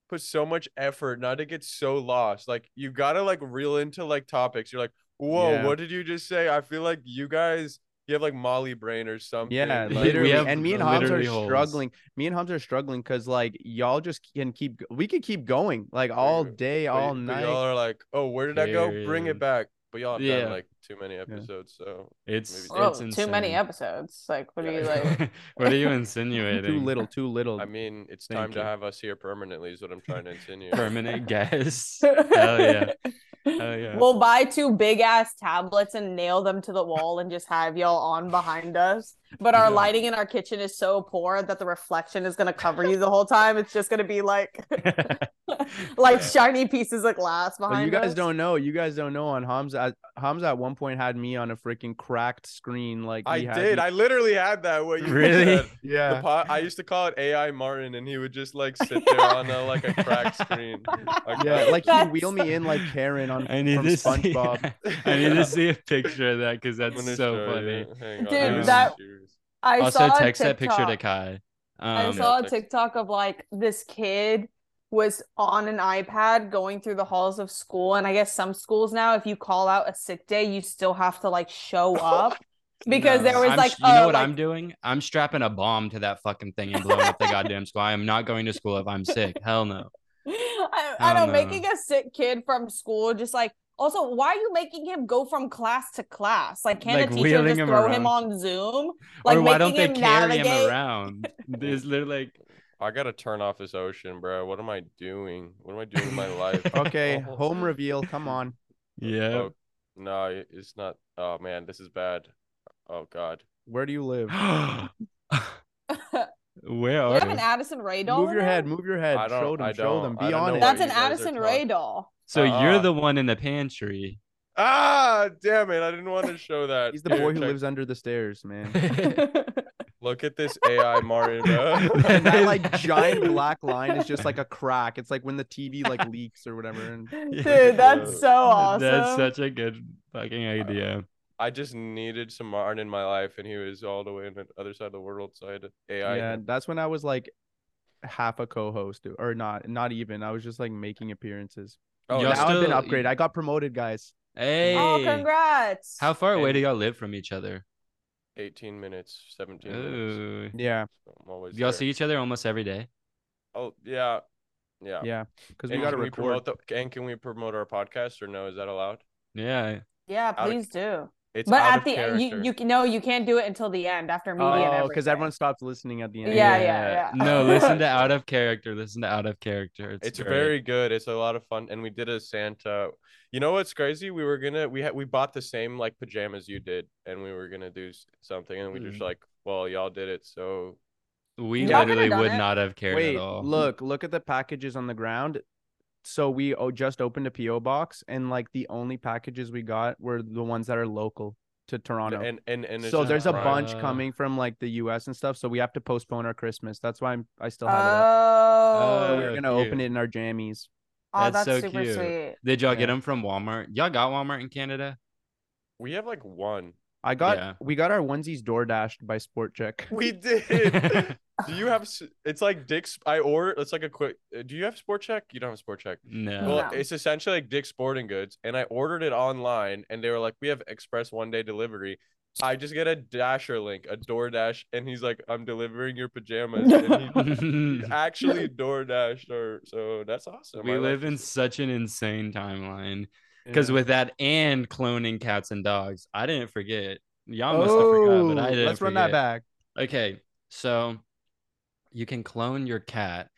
[SPEAKER 3] put so much effort not to get so lost. Like you gotta like reel into like topics. You're like, whoa,
[SPEAKER 4] Yeah.
[SPEAKER 3] what did you just say? I feel like you guys you have like Molly brain or something.
[SPEAKER 4] Yeah,
[SPEAKER 3] like-
[SPEAKER 4] literally.
[SPEAKER 2] have
[SPEAKER 4] and me and Hobbs are
[SPEAKER 2] literally holes.
[SPEAKER 4] struggling. Me and Hobbs are struggling because like y'all just can keep. We could keep going like all
[SPEAKER 3] Dude,
[SPEAKER 4] day,
[SPEAKER 3] but
[SPEAKER 4] all
[SPEAKER 3] y- but
[SPEAKER 4] night.
[SPEAKER 3] Y'all are like, oh, where did I go? Bring
[SPEAKER 2] Period.
[SPEAKER 3] it back. But y'all have
[SPEAKER 2] Yeah.
[SPEAKER 3] done like too many episodes, so
[SPEAKER 2] [laughs] It's,
[SPEAKER 3] Maybe
[SPEAKER 1] Oh,
[SPEAKER 2] it's
[SPEAKER 1] too many
[SPEAKER 2] insane.
[SPEAKER 1] episodes. Like, what are you
[SPEAKER 3] Yeah.
[SPEAKER 2] [laughs]
[SPEAKER 1] like?
[SPEAKER 2] what
[SPEAKER 1] [laughs]
[SPEAKER 2] are you insinuating?
[SPEAKER 4] too little, too little.
[SPEAKER 3] I mean, it's
[SPEAKER 4] Thank
[SPEAKER 3] time to
[SPEAKER 4] you.
[SPEAKER 3] have us here permanently. Is what I'm trying to
[SPEAKER 4] [laughs]
[SPEAKER 2] [laughs]
[SPEAKER 3] insinuate.
[SPEAKER 2] Permanent
[SPEAKER 1] [laughs]
[SPEAKER 2] guests. Hell Oh, yeah. Oh, Hell yeah.
[SPEAKER 1] We'll buy two big ass tablets and nail them to the wall and just have y'all on behind us. But our
[SPEAKER 2] Yeah.
[SPEAKER 1] lighting in our kitchen is so poor that the reflection is gonna cover you the whole time. It's just gonna be
[SPEAKER 2] [laughs]
[SPEAKER 1] like [laughs] like shiny pieces of glass
[SPEAKER 4] But
[SPEAKER 1] behind
[SPEAKER 4] you guys
[SPEAKER 1] us.
[SPEAKER 4] don't know. You guys don't know on Hamza. Hamza at one point had me on a freaking cracked screen. Like
[SPEAKER 3] I
[SPEAKER 4] he had
[SPEAKER 3] did.
[SPEAKER 4] me-
[SPEAKER 3] I literally had that. What you
[SPEAKER 2] Really?
[SPEAKER 3] Said. The
[SPEAKER 4] yeah.
[SPEAKER 3] po- I used to call it AI Martin, and he would just like sit there on a, like a crack screen. Like, [laughs]
[SPEAKER 4] Yeah, like he
[SPEAKER 1] That's-
[SPEAKER 4] wheel me in like Karen on
[SPEAKER 2] [laughs] I need
[SPEAKER 4] from
[SPEAKER 2] to see-
[SPEAKER 4] SpongeBob.
[SPEAKER 2] [laughs] I need
[SPEAKER 4] [laughs]
[SPEAKER 2] to see a picture of that because
[SPEAKER 3] I'm gonna
[SPEAKER 2] that's so
[SPEAKER 3] show
[SPEAKER 2] funny.
[SPEAKER 3] you. Hang on,
[SPEAKER 1] Dude,
[SPEAKER 3] I'm
[SPEAKER 2] that-
[SPEAKER 3] serious.
[SPEAKER 1] I
[SPEAKER 2] also,
[SPEAKER 1] saw a
[SPEAKER 2] text that picture to
[SPEAKER 1] TikTok.
[SPEAKER 2] Kai.
[SPEAKER 1] I
[SPEAKER 2] Um,
[SPEAKER 1] saw a
[SPEAKER 3] Text.
[SPEAKER 1] TikTok of like this kid was on an iPad going through the halls of school. And I guess some schools now, if you call out a sick day, you still have to like show up because
[SPEAKER 2] [laughs] No,
[SPEAKER 1] there was
[SPEAKER 2] I'm
[SPEAKER 1] like,
[SPEAKER 2] sh- you know
[SPEAKER 1] a,
[SPEAKER 2] what
[SPEAKER 1] like-
[SPEAKER 2] I'm doing? I'm strapping a bomb to that fucking thing and blowing up the goddamn school. I am not going to school if I'm sick.
[SPEAKER 1] [laughs]
[SPEAKER 2] Hell no.
[SPEAKER 1] I,
[SPEAKER 2] I
[SPEAKER 1] I
[SPEAKER 2] don't
[SPEAKER 1] don't
[SPEAKER 2] know.
[SPEAKER 1] making a sick kid from school just like also why are you making him go from class to class like can
[SPEAKER 2] Like,
[SPEAKER 1] a teacher
[SPEAKER 2] wheeling
[SPEAKER 1] just
[SPEAKER 2] him
[SPEAKER 1] throw
[SPEAKER 2] around.
[SPEAKER 1] him on zoom
[SPEAKER 2] or why don't they
[SPEAKER 1] making [laughs]
[SPEAKER 2] carry him around? Is they're like
[SPEAKER 3] I gotta turn off this ocean, bro. What am I doing? What am I doing with my life? [laughs]
[SPEAKER 4] [laughs] Okay,
[SPEAKER 3] Oh,
[SPEAKER 4] home reveal. Come on.
[SPEAKER 2] yeah.
[SPEAKER 3] oh, no, it- it's not. Oh man, this is bad. Oh god.
[SPEAKER 4] Where do
[SPEAKER 1] [gasps]
[SPEAKER 4] you live?
[SPEAKER 2] [laughs] Where
[SPEAKER 1] Oh. you
[SPEAKER 2] are
[SPEAKER 1] have an addison ray doll
[SPEAKER 4] Move
[SPEAKER 1] in
[SPEAKER 4] your
[SPEAKER 1] there?
[SPEAKER 4] head. Move your head.
[SPEAKER 3] I don't-
[SPEAKER 4] Show them.
[SPEAKER 3] I
[SPEAKER 4] show them.
[SPEAKER 3] don't- I don't
[SPEAKER 4] Be
[SPEAKER 3] know
[SPEAKER 4] honest.
[SPEAKER 3] what
[SPEAKER 1] that's an
[SPEAKER 3] you guys are
[SPEAKER 1] addison
[SPEAKER 3] talking-
[SPEAKER 1] ray
[SPEAKER 2] [laughs]
[SPEAKER 1] doll
[SPEAKER 2] So you're
[SPEAKER 3] Uh-uh.
[SPEAKER 2] the one in
[SPEAKER 1] [laughs]
[SPEAKER 2] the [laughs] pantry.
[SPEAKER 3] Ah, damn it! I didn't want to show that.
[SPEAKER 4] He's the boy
[SPEAKER 3] Here,
[SPEAKER 4] who
[SPEAKER 3] check-
[SPEAKER 4] lives under the stairs, man.
[SPEAKER 3] [laughs]
[SPEAKER 1] Oh,
[SPEAKER 3] Look at this AI Mario.
[SPEAKER 4] [laughs]
[SPEAKER 3] bro.
[SPEAKER 4] and
[SPEAKER 3] [laughs]
[SPEAKER 4] that like giant black line is just like a crack. It's like when the TV
[SPEAKER 3] [laughs]
[SPEAKER 4] like leaks or whatever. And
[SPEAKER 1] dude that's so awesome
[SPEAKER 2] That's such a good fucking idea.
[SPEAKER 3] I just needed some Martin in my life, and he was all the way on the other side of the world, so I had to AI.
[SPEAKER 4] yeah,
[SPEAKER 3] him.
[SPEAKER 4] that's when I was like half a co-host dude, or not, not even. I was just like making appearances.
[SPEAKER 3] Oh,
[SPEAKER 2] Y'all
[SPEAKER 4] now
[SPEAKER 3] now-
[SPEAKER 4] I've been
[SPEAKER 2] still-
[SPEAKER 4] upgraded. I got promoted, guys.
[SPEAKER 2] Hey,
[SPEAKER 1] oh congrats
[SPEAKER 2] how far away
[SPEAKER 3] And-
[SPEAKER 2] do y'all live from each other?
[SPEAKER 3] 18 minutes, 17 minutes.
[SPEAKER 2] Ooh.
[SPEAKER 4] Yeah,
[SPEAKER 3] So I'm always
[SPEAKER 2] Do y'all
[SPEAKER 3] there.
[SPEAKER 2] see each other almost every day?
[SPEAKER 3] Oh yeah, yeah.
[SPEAKER 4] yeah, because we
[SPEAKER 3] And
[SPEAKER 4] got to
[SPEAKER 3] can promote
[SPEAKER 4] record.
[SPEAKER 3] the, and can we promote our podcast or no? Is that allowed?
[SPEAKER 2] Yeah.
[SPEAKER 1] yeah
[SPEAKER 3] of-
[SPEAKER 1] please do
[SPEAKER 3] It's
[SPEAKER 1] but
[SPEAKER 3] out
[SPEAKER 1] at
[SPEAKER 3] of
[SPEAKER 1] the end you,
[SPEAKER 3] character.
[SPEAKER 1] you can no you can't do it until the end after media and
[SPEAKER 4] Oh,
[SPEAKER 1] everything.
[SPEAKER 4] because everyone stopped listening at the end.
[SPEAKER 1] Yeah, yeah, yeah. [laughs]
[SPEAKER 2] No, listen to out of character. Listen to out of character. It's,
[SPEAKER 3] It's
[SPEAKER 2] great.
[SPEAKER 3] very good. It's a lot of fun, and we did a Santa. You know what's crazy? We were gonna we had we bought the same like pajamas you did, and we were gonna do s- something, and we just like, well, y'all did it, so
[SPEAKER 2] We
[SPEAKER 1] Y'all could've
[SPEAKER 2] literally
[SPEAKER 1] done
[SPEAKER 2] would
[SPEAKER 1] it.
[SPEAKER 2] not have cared
[SPEAKER 4] Wait,
[SPEAKER 2] at all. [laughs]
[SPEAKER 4] look, look at the packages on the ground. So we oh, just opened a PO box, and like the only packages we got were the ones that are local to Toronto.
[SPEAKER 3] and and and it's
[SPEAKER 4] so
[SPEAKER 3] just
[SPEAKER 4] there's a
[SPEAKER 3] prime.
[SPEAKER 4] bunch
[SPEAKER 2] Uh,
[SPEAKER 4] coming from like the U.S. and stuff. So we have to postpone our Christmas. That's why I'm, I still have it. Up.
[SPEAKER 1] oh,
[SPEAKER 4] So we're
[SPEAKER 2] Oh,
[SPEAKER 4] gonna open
[SPEAKER 2] cute.
[SPEAKER 4] it in our jammies.
[SPEAKER 1] oh that's,
[SPEAKER 2] That's so
[SPEAKER 1] super
[SPEAKER 2] cute.
[SPEAKER 1] sweet
[SPEAKER 2] Did y'all get
[SPEAKER 4] Yeah.
[SPEAKER 2] them from Walmart? Y'all got Walmart in
[SPEAKER 4] [laughs]
[SPEAKER 2] Canada? [laughs]
[SPEAKER 3] We have like one.
[SPEAKER 4] I got
[SPEAKER 2] Yeah.
[SPEAKER 4] we got our onesies door dashed by Sport Check.
[SPEAKER 2] [laughs]
[SPEAKER 3] [laughs] We did. do you have? s- It's like Dick's. I order. It's like a quick. uh, Do you have Sport Check? You don't have Sport Check.
[SPEAKER 2] No.
[SPEAKER 3] Well,
[SPEAKER 1] No.
[SPEAKER 3] it's essentially like Dick's Sporting Goods, and I ordered it online, and they were like, "We have express one day delivery." I just get a Dasher link, a DoorDash, and he's like, "I'm delivering your
[SPEAKER 1] [laughs]
[SPEAKER 3] pajamas."
[SPEAKER 4] [laughs]
[SPEAKER 2] [laughs]
[SPEAKER 3] And he- he actually DoorDashed, or so that's awesome.
[SPEAKER 2] [laughs]
[SPEAKER 3] I
[SPEAKER 2] we
[SPEAKER 3] like
[SPEAKER 2] live in
[SPEAKER 3] this.
[SPEAKER 2] such an insane timeline. Because with that and cloning cats and dogs, I didn't forget. Y'all must have forgot, but I
[SPEAKER 4] Oh,
[SPEAKER 2] didn't.
[SPEAKER 4] let's run that
[SPEAKER 2] forget.
[SPEAKER 4] back.
[SPEAKER 2] Okay, so you can clone your cat,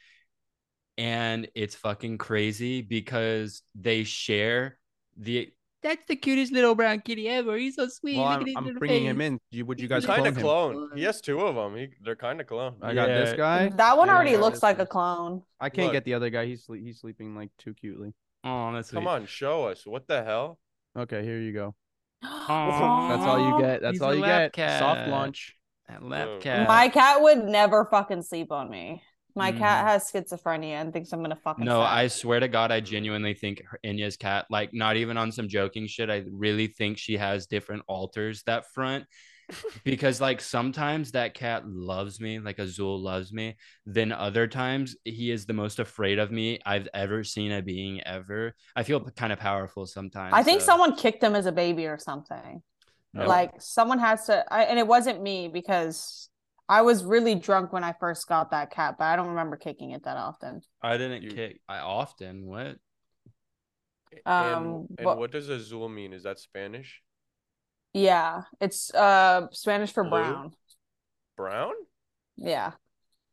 [SPEAKER 2] and it's fucking crazy because they share the. That's the cutest little brown kitty ever. He's so sweet.
[SPEAKER 4] Well,
[SPEAKER 2] Look
[SPEAKER 4] I'm,
[SPEAKER 2] at his
[SPEAKER 4] I'm
[SPEAKER 2] little
[SPEAKER 4] bringing him
[SPEAKER 2] face."
[SPEAKER 4] in. You, would you
[SPEAKER 3] He's
[SPEAKER 4] guys
[SPEAKER 3] kind
[SPEAKER 4] clone
[SPEAKER 3] of
[SPEAKER 4] him?
[SPEAKER 3] clone. He has two of them. He, they're kind of clone.
[SPEAKER 4] I got this
[SPEAKER 2] Yeah.
[SPEAKER 4] guy.
[SPEAKER 1] that one
[SPEAKER 3] Yeah,
[SPEAKER 1] already
[SPEAKER 3] yeah,
[SPEAKER 1] looks
[SPEAKER 4] that's
[SPEAKER 1] like a
[SPEAKER 4] nice.
[SPEAKER 1] clone
[SPEAKER 4] I can't
[SPEAKER 3] Look.
[SPEAKER 4] get the other guy. He's sleep, he's sleeping like too cutely.
[SPEAKER 2] Oh, that's
[SPEAKER 3] Come
[SPEAKER 2] sweet.
[SPEAKER 3] on, show us. What the hell?
[SPEAKER 4] Okay, here you go.
[SPEAKER 2] Aw.
[SPEAKER 4] That's all you get. That's
[SPEAKER 2] He's
[SPEAKER 4] all
[SPEAKER 2] a
[SPEAKER 4] you
[SPEAKER 2] lap
[SPEAKER 4] get.
[SPEAKER 2] cat.
[SPEAKER 4] Soft launch.
[SPEAKER 2] That lap
[SPEAKER 3] Whoa.
[SPEAKER 2] cat.
[SPEAKER 1] My cat would never fucking sleep on me.
[SPEAKER 4] Mm.
[SPEAKER 1] My
[SPEAKER 2] Mhm.
[SPEAKER 1] cat has schizophrenia and thinks I'm gonna fucking.
[SPEAKER 2] No,
[SPEAKER 1] snap.
[SPEAKER 2] I swear to God, I genuinely think her- Enya's cat, like, not even on some joking shit. I really think she has different alters that
[SPEAKER 3] [laughs]
[SPEAKER 2] front because, like, sometimes that cat loves me, like, Azul loves me. Then other times, he is the most afraid of me I've ever seen a being ever. I feel kind of powerful sometimes.
[SPEAKER 1] I think
[SPEAKER 2] so-
[SPEAKER 1] someone kicked him as a baby or something.
[SPEAKER 2] No.
[SPEAKER 1] Like someone has to, I, and it wasn't me because I was really drunk when I first got that cat, but I don't remember kicking it that often.
[SPEAKER 2] I didn't
[SPEAKER 3] You-
[SPEAKER 2] kick. I often what?
[SPEAKER 1] Um,
[SPEAKER 3] and and
[SPEAKER 1] but-
[SPEAKER 3] what does Azul mean? Is that Spanish?
[SPEAKER 1] Yeah, it's uh Spanish for
[SPEAKER 3] Blue?
[SPEAKER 1] brown.
[SPEAKER 3] Brown?
[SPEAKER 1] Yeah,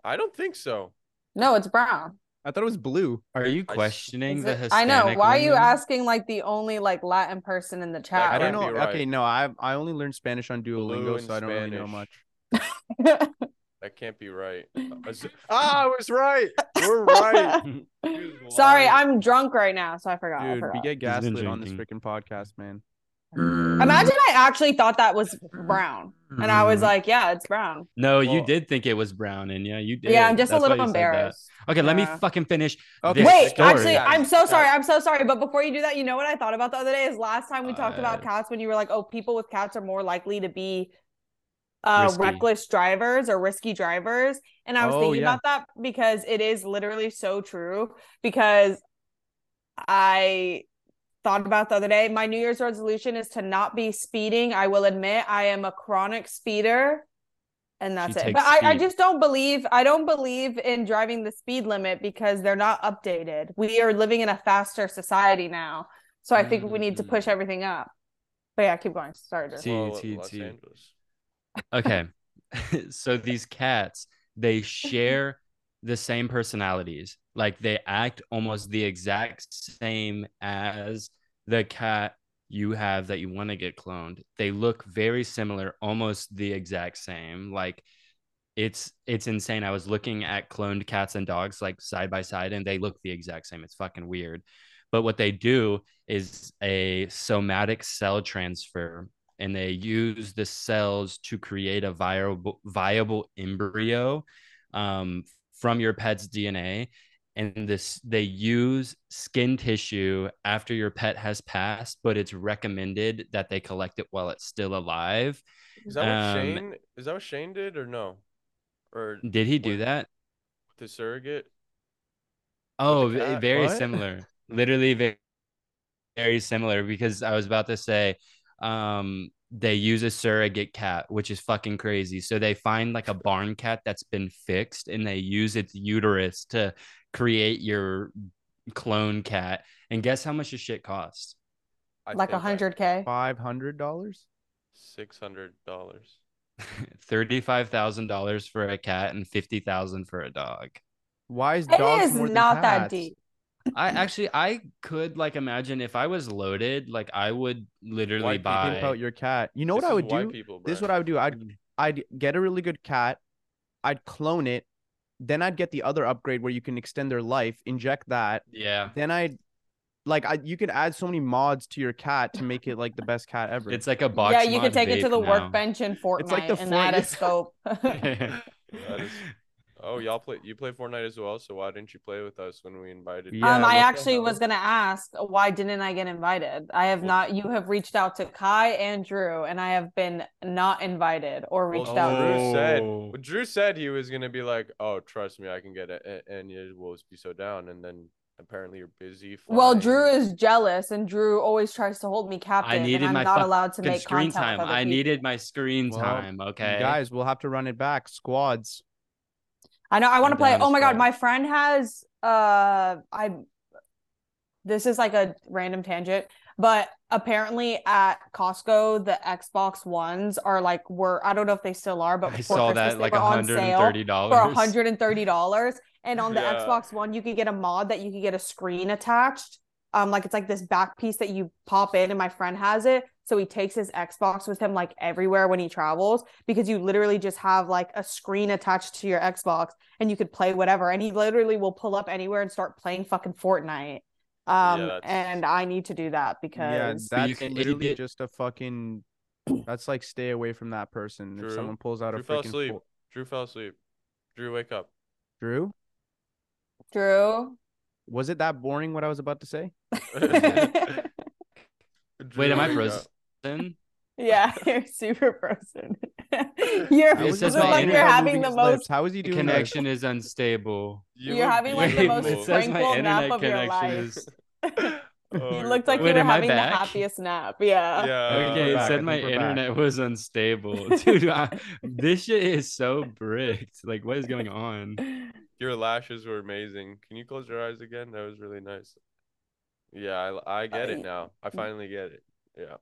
[SPEAKER 3] I don't think so.
[SPEAKER 1] no, it's brown.
[SPEAKER 4] I thought it was blue.
[SPEAKER 2] Are you
[SPEAKER 3] I s-
[SPEAKER 2] questioning
[SPEAKER 1] Is
[SPEAKER 2] the
[SPEAKER 1] it-
[SPEAKER 2] Hispanic?
[SPEAKER 1] I know. Why are you
[SPEAKER 2] woman?
[SPEAKER 1] asking like the only like Latin person in the chat?
[SPEAKER 4] I don't
[SPEAKER 3] can't
[SPEAKER 4] know.
[SPEAKER 3] be right.
[SPEAKER 4] Okay, no, I I only learned Spanish on
[SPEAKER 3] Blue
[SPEAKER 4] Duolingo,
[SPEAKER 3] and
[SPEAKER 4] so I don't really know
[SPEAKER 3] Spanish.
[SPEAKER 4] much. [laughs]
[SPEAKER 3] That can't be right.
[SPEAKER 1] [laughs]
[SPEAKER 3] Azul- ah, I was right. [laughs] We're right. He was
[SPEAKER 1] Sorry,
[SPEAKER 3] lying.
[SPEAKER 1] I'm drunk right now, so I forgot. I
[SPEAKER 4] Dude, we
[SPEAKER 1] forgot.
[SPEAKER 4] get gaslit on this
[SPEAKER 2] drinking.
[SPEAKER 4] freaking podcast, man.
[SPEAKER 2] Mm-hmm.
[SPEAKER 1] Imagine I actually thought that was brown, and I
[SPEAKER 2] Mm-hmm.
[SPEAKER 1] was like, "Yeah, it's brown."
[SPEAKER 2] No, you
[SPEAKER 3] Well-
[SPEAKER 2] did think it was brown, and yeah, you did.
[SPEAKER 1] Yeah, I'm just
[SPEAKER 2] That's
[SPEAKER 1] a
[SPEAKER 2] why
[SPEAKER 1] little
[SPEAKER 2] you said that.
[SPEAKER 1] embarrassed.
[SPEAKER 2] Okay, let me
[SPEAKER 1] Yeah.
[SPEAKER 2] fucking finish.
[SPEAKER 4] Okay,
[SPEAKER 2] this
[SPEAKER 1] Wait,
[SPEAKER 2] story.
[SPEAKER 1] actually, I'm so
[SPEAKER 3] Stop.
[SPEAKER 1] sorry. I'm so sorry. But before you do that, you know what I thought about the other day is last time we talked
[SPEAKER 2] Uh,
[SPEAKER 1] about cats when you were like, "Oh, people with cats are more likely to be uh
[SPEAKER 2] Risky.
[SPEAKER 1] reckless drivers or risky drivers and i was
[SPEAKER 4] Oh,
[SPEAKER 1] thinking
[SPEAKER 4] yeah.
[SPEAKER 1] about that because it is literally so true because i thought about the other day my new year's resolution is to not be speeding i will admit i am a chronic speeder and that's it
[SPEAKER 2] takes
[SPEAKER 1] but I, I
[SPEAKER 2] speed.
[SPEAKER 1] just don't believe i don't believe in driving the speed limit because they're not updated we are living in a faster society now so i think we need to push everything up but yeah keep going sorry Drew.
[SPEAKER 2] Mm-hmm. See,
[SPEAKER 3] Well,
[SPEAKER 2] see,
[SPEAKER 3] Los
[SPEAKER 2] see.
[SPEAKER 3] Angeles.
[SPEAKER 2] okay [laughs] so these cats they share the same personalities like they act almost the exact same as the cat you have that you want to get cloned they look very similar almost the exact same like it's it's insane i was looking at cloned cats and dogs like side by side and they look the exact same it's fucking weird but what they do is a somatic cell transfer and they use the cells to create a viable viable embryo um, from your pet's DNA. And this they use skin tissue after your pet has passed, but it's recommended that they collect it while it's still alive.
[SPEAKER 3] Is that what
[SPEAKER 2] Um,
[SPEAKER 3] Shane? Is that what Shane did or no? Or
[SPEAKER 2] Did he do
[SPEAKER 3] Wait.
[SPEAKER 2] that?
[SPEAKER 3] the surrogate?
[SPEAKER 2] Oh,
[SPEAKER 4] the
[SPEAKER 2] ve-
[SPEAKER 4] cat?
[SPEAKER 2] very
[SPEAKER 4] What?
[SPEAKER 2] similar.
[SPEAKER 4] [laughs]
[SPEAKER 2] Literally very, very similar because I was about to say um they use a surrogate cat, which is fucking crazy. So they find like a barn cat that's been fixed and they use its uterus to create your clone cat. And guess how much this shit costs?
[SPEAKER 3] I
[SPEAKER 1] like a
[SPEAKER 3] think I-
[SPEAKER 1] hundred k
[SPEAKER 4] Five hundred dollars.
[SPEAKER 3] Six hundred dollars.
[SPEAKER 2] $35,000 for a cat and 50,000 for a dog.
[SPEAKER 4] Why is
[SPEAKER 1] It
[SPEAKER 4] dogs
[SPEAKER 1] is
[SPEAKER 4] more than
[SPEAKER 1] not that
[SPEAKER 4] cats?
[SPEAKER 1] deep.
[SPEAKER 4] [laughs]
[SPEAKER 2] I actually I could like imagine if I was loaded, like I would literally
[SPEAKER 3] White people
[SPEAKER 2] buy
[SPEAKER 4] Pimp out your cat. You know what
[SPEAKER 3] This
[SPEAKER 4] I
[SPEAKER 3] is
[SPEAKER 4] would
[SPEAKER 3] white
[SPEAKER 4] do?
[SPEAKER 3] People,
[SPEAKER 4] This is
[SPEAKER 3] bruh.
[SPEAKER 4] what I would do. I'd I'd get a really good cat. I'd clone it. Then I'd get the other upgrade where you can extend their life, inject that.
[SPEAKER 2] Yeah.
[SPEAKER 4] Then I'd like I you could add so many mods to your cat to make it like the best cat ever.
[SPEAKER 2] It's like a box.
[SPEAKER 1] Yeah, you could
[SPEAKER 2] mod
[SPEAKER 1] take it to
[SPEAKER 2] vape
[SPEAKER 1] the
[SPEAKER 2] now. [laughs]
[SPEAKER 1] workbench in Fortnite
[SPEAKER 4] like the
[SPEAKER 1] and add a
[SPEAKER 4] Fortnite-
[SPEAKER 1] scope.
[SPEAKER 3] That is- Oh, y'all play. You play Fortnite as well. So why didn't you play with us when we invited? you?
[SPEAKER 4] Yeah,
[SPEAKER 1] um,
[SPEAKER 4] what
[SPEAKER 1] I
[SPEAKER 4] the
[SPEAKER 1] actually
[SPEAKER 4] hell?
[SPEAKER 1] was gonna ask why didn't I get invited? I have not. You have reached out to Kai and Drew, and I have been not invited or
[SPEAKER 3] Well,
[SPEAKER 1] reached out. to.
[SPEAKER 3] Drew said.
[SPEAKER 2] Oh.
[SPEAKER 3] well, Drew said he was gonna be like, "Oh, trust me, I can get it," a- and you will be so down. And then apparently you're busy.
[SPEAKER 1] Well, Drew
[SPEAKER 3] flying.
[SPEAKER 1] is jealous, and Drew always tries to hold me captive,
[SPEAKER 2] needed
[SPEAKER 1] and I'm
[SPEAKER 2] my
[SPEAKER 1] not allowed to
[SPEAKER 2] Fucking
[SPEAKER 1] make
[SPEAKER 2] screen
[SPEAKER 1] contact
[SPEAKER 2] time.
[SPEAKER 1] with other
[SPEAKER 2] I
[SPEAKER 1] people.
[SPEAKER 2] needed my screen
[SPEAKER 4] Well,
[SPEAKER 2] time.
[SPEAKER 4] You
[SPEAKER 2] Okay.
[SPEAKER 4] guys, we'll have to run it back. Squads.
[SPEAKER 1] I know I want to
[SPEAKER 2] I'm
[SPEAKER 1] play.
[SPEAKER 2] down
[SPEAKER 1] Oh
[SPEAKER 2] as
[SPEAKER 1] my god,
[SPEAKER 2] well.
[SPEAKER 1] my friend has uh I this is like a random tangent, but apparently at Costco the Xbox Ones are like were I don't know if they still are, but
[SPEAKER 2] I
[SPEAKER 1] before
[SPEAKER 2] saw
[SPEAKER 1] Christmas
[SPEAKER 2] that
[SPEAKER 1] they
[SPEAKER 2] like
[SPEAKER 1] were on
[SPEAKER 2] hundred and
[SPEAKER 1] sale
[SPEAKER 2] thirty
[SPEAKER 1] for
[SPEAKER 2] dollars.
[SPEAKER 1] hundred and thirty dollars. And on the
[SPEAKER 3] Yeah.
[SPEAKER 1] Xbox One, you could get a mod that you could get a screen attached. Um, like it's like this back piece that you pop in, and my friend has it. So he takes his Xbox with him like everywhere when he travels because you literally just have like a screen attached to your Xbox and you could play whatever. And he literally will pull up anywhere and start playing fucking Fortnite. Um,
[SPEAKER 3] that's-
[SPEAKER 1] and I need to do that
[SPEAKER 4] Yeah,
[SPEAKER 1] because
[SPEAKER 2] But you
[SPEAKER 4] that's
[SPEAKER 2] can
[SPEAKER 4] literally
[SPEAKER 2] edit-
[SPEAKER 4] just a fucking. That's like stay away from that person.
[SPEAKER 3] Drew,
[SPEAKER 4] if someone pulls out
[SPEAKER 3] Drew
[SPEAKER 4] a
[SPEAKER 3] fell
[SPEAKER 4] freaking
[SPEAKER 3] asleep.
[SPEAKER 4] fo-
[SPEAKER 3] Drew fell asleep. Drew, wake up.
[SPEAKER 4] Drew,
[SPEAKER 1] [laughs] Drew.
[SPEAKER 4] was it that boring? What I was about
[SPEAKER 1] [laughs]
[SPEAKER 4] to say?
[SPEAKER 2] [laughs]
[SPEAKER 3] [laughs]
[SPEAKER 2] Wait,
[SPEAKER 3] Drew,
[SPEAKER 2] am I
[SPEAKER 3] wake up.
[SPEAKER 2] frozen?
[SPEAKER 1] yeah, [laughs] you're super frozen. [laughs] you're
[SPEAKER 4] How
[SPEAKER 2] It
[SPEAKER 4] is
[SPEAKER 2] says
[SPEAKER 4] this
[SPEAKER 2] my
[SPEAKER 4] man
[SPEAKER 1] like
[SPEAKER 2] internet
[SPEAKER 1] you're having
[SPEAKER 4] moving
[SPEAKER 1] the
[SPEAKER 4] his
[SPEAKER 1] most
[SPEAKER 4] lips? How is
[SPEAKER 2] The
[SPEAKER 4] he doing? this?
[SPEAKER 2] connection is unstable.
[SPEAKER 3] You
[SPEAKER 1] You're
[SPEAKER 3] look
[SPEAKER 1] having, like, the
[SPEAKER 2] Wait,
[SPEAKER 1] most
[SPEAKER 2] it
[SPEAKER 3] beautiful.
[SPEAKER 2] says my
[SPEAKER 1] tranquil nap
[SPEAKER 2] internet
[SPEAKER 1] of your
[SPEAKER 2] connection
[SPEAKER 1] life.
[SPEAKER 2] is.
[SPEAKER 1] [laughs] You
[SPEAKER 3] Oh,
[SPEAKER 1] looked
[SPEAKER 3] [laughs]
[SPEAKER 1] like
[SPEAKER 2] Wait,
[SPEAKER 1] you were
[SPEAKER 2] am I
[SPEAKER 1] having the
[SPEAKER 2] back?
[SPEAKER 1] happiest nap. Yeah.
[SPEAKER 3] Yeah.
[SPEAKER 2] Okay,
[SPEAKER 4] Uh, we're
[SPEAKER 2] it
[SPEAKER 4] back. I
[SPEAKER 2] said
[SPEAKER 4] think
[SPEAKER 2] my
[SPEAKER 4] we're back.
[SPEAKER 2] internet was
[SPEAKER 4] [laughs]
[SPEAKER 2] unstable, dude. I, this shit is so bricked. Like, what is going on?
[SPEAKER 3] Your lashes were amazing. Can you close your eyes again? That was really nice. Yeah, I, I get it
[SPEAKER 1] I-
[SPEAKER 3] now. I finally get it. Yeah.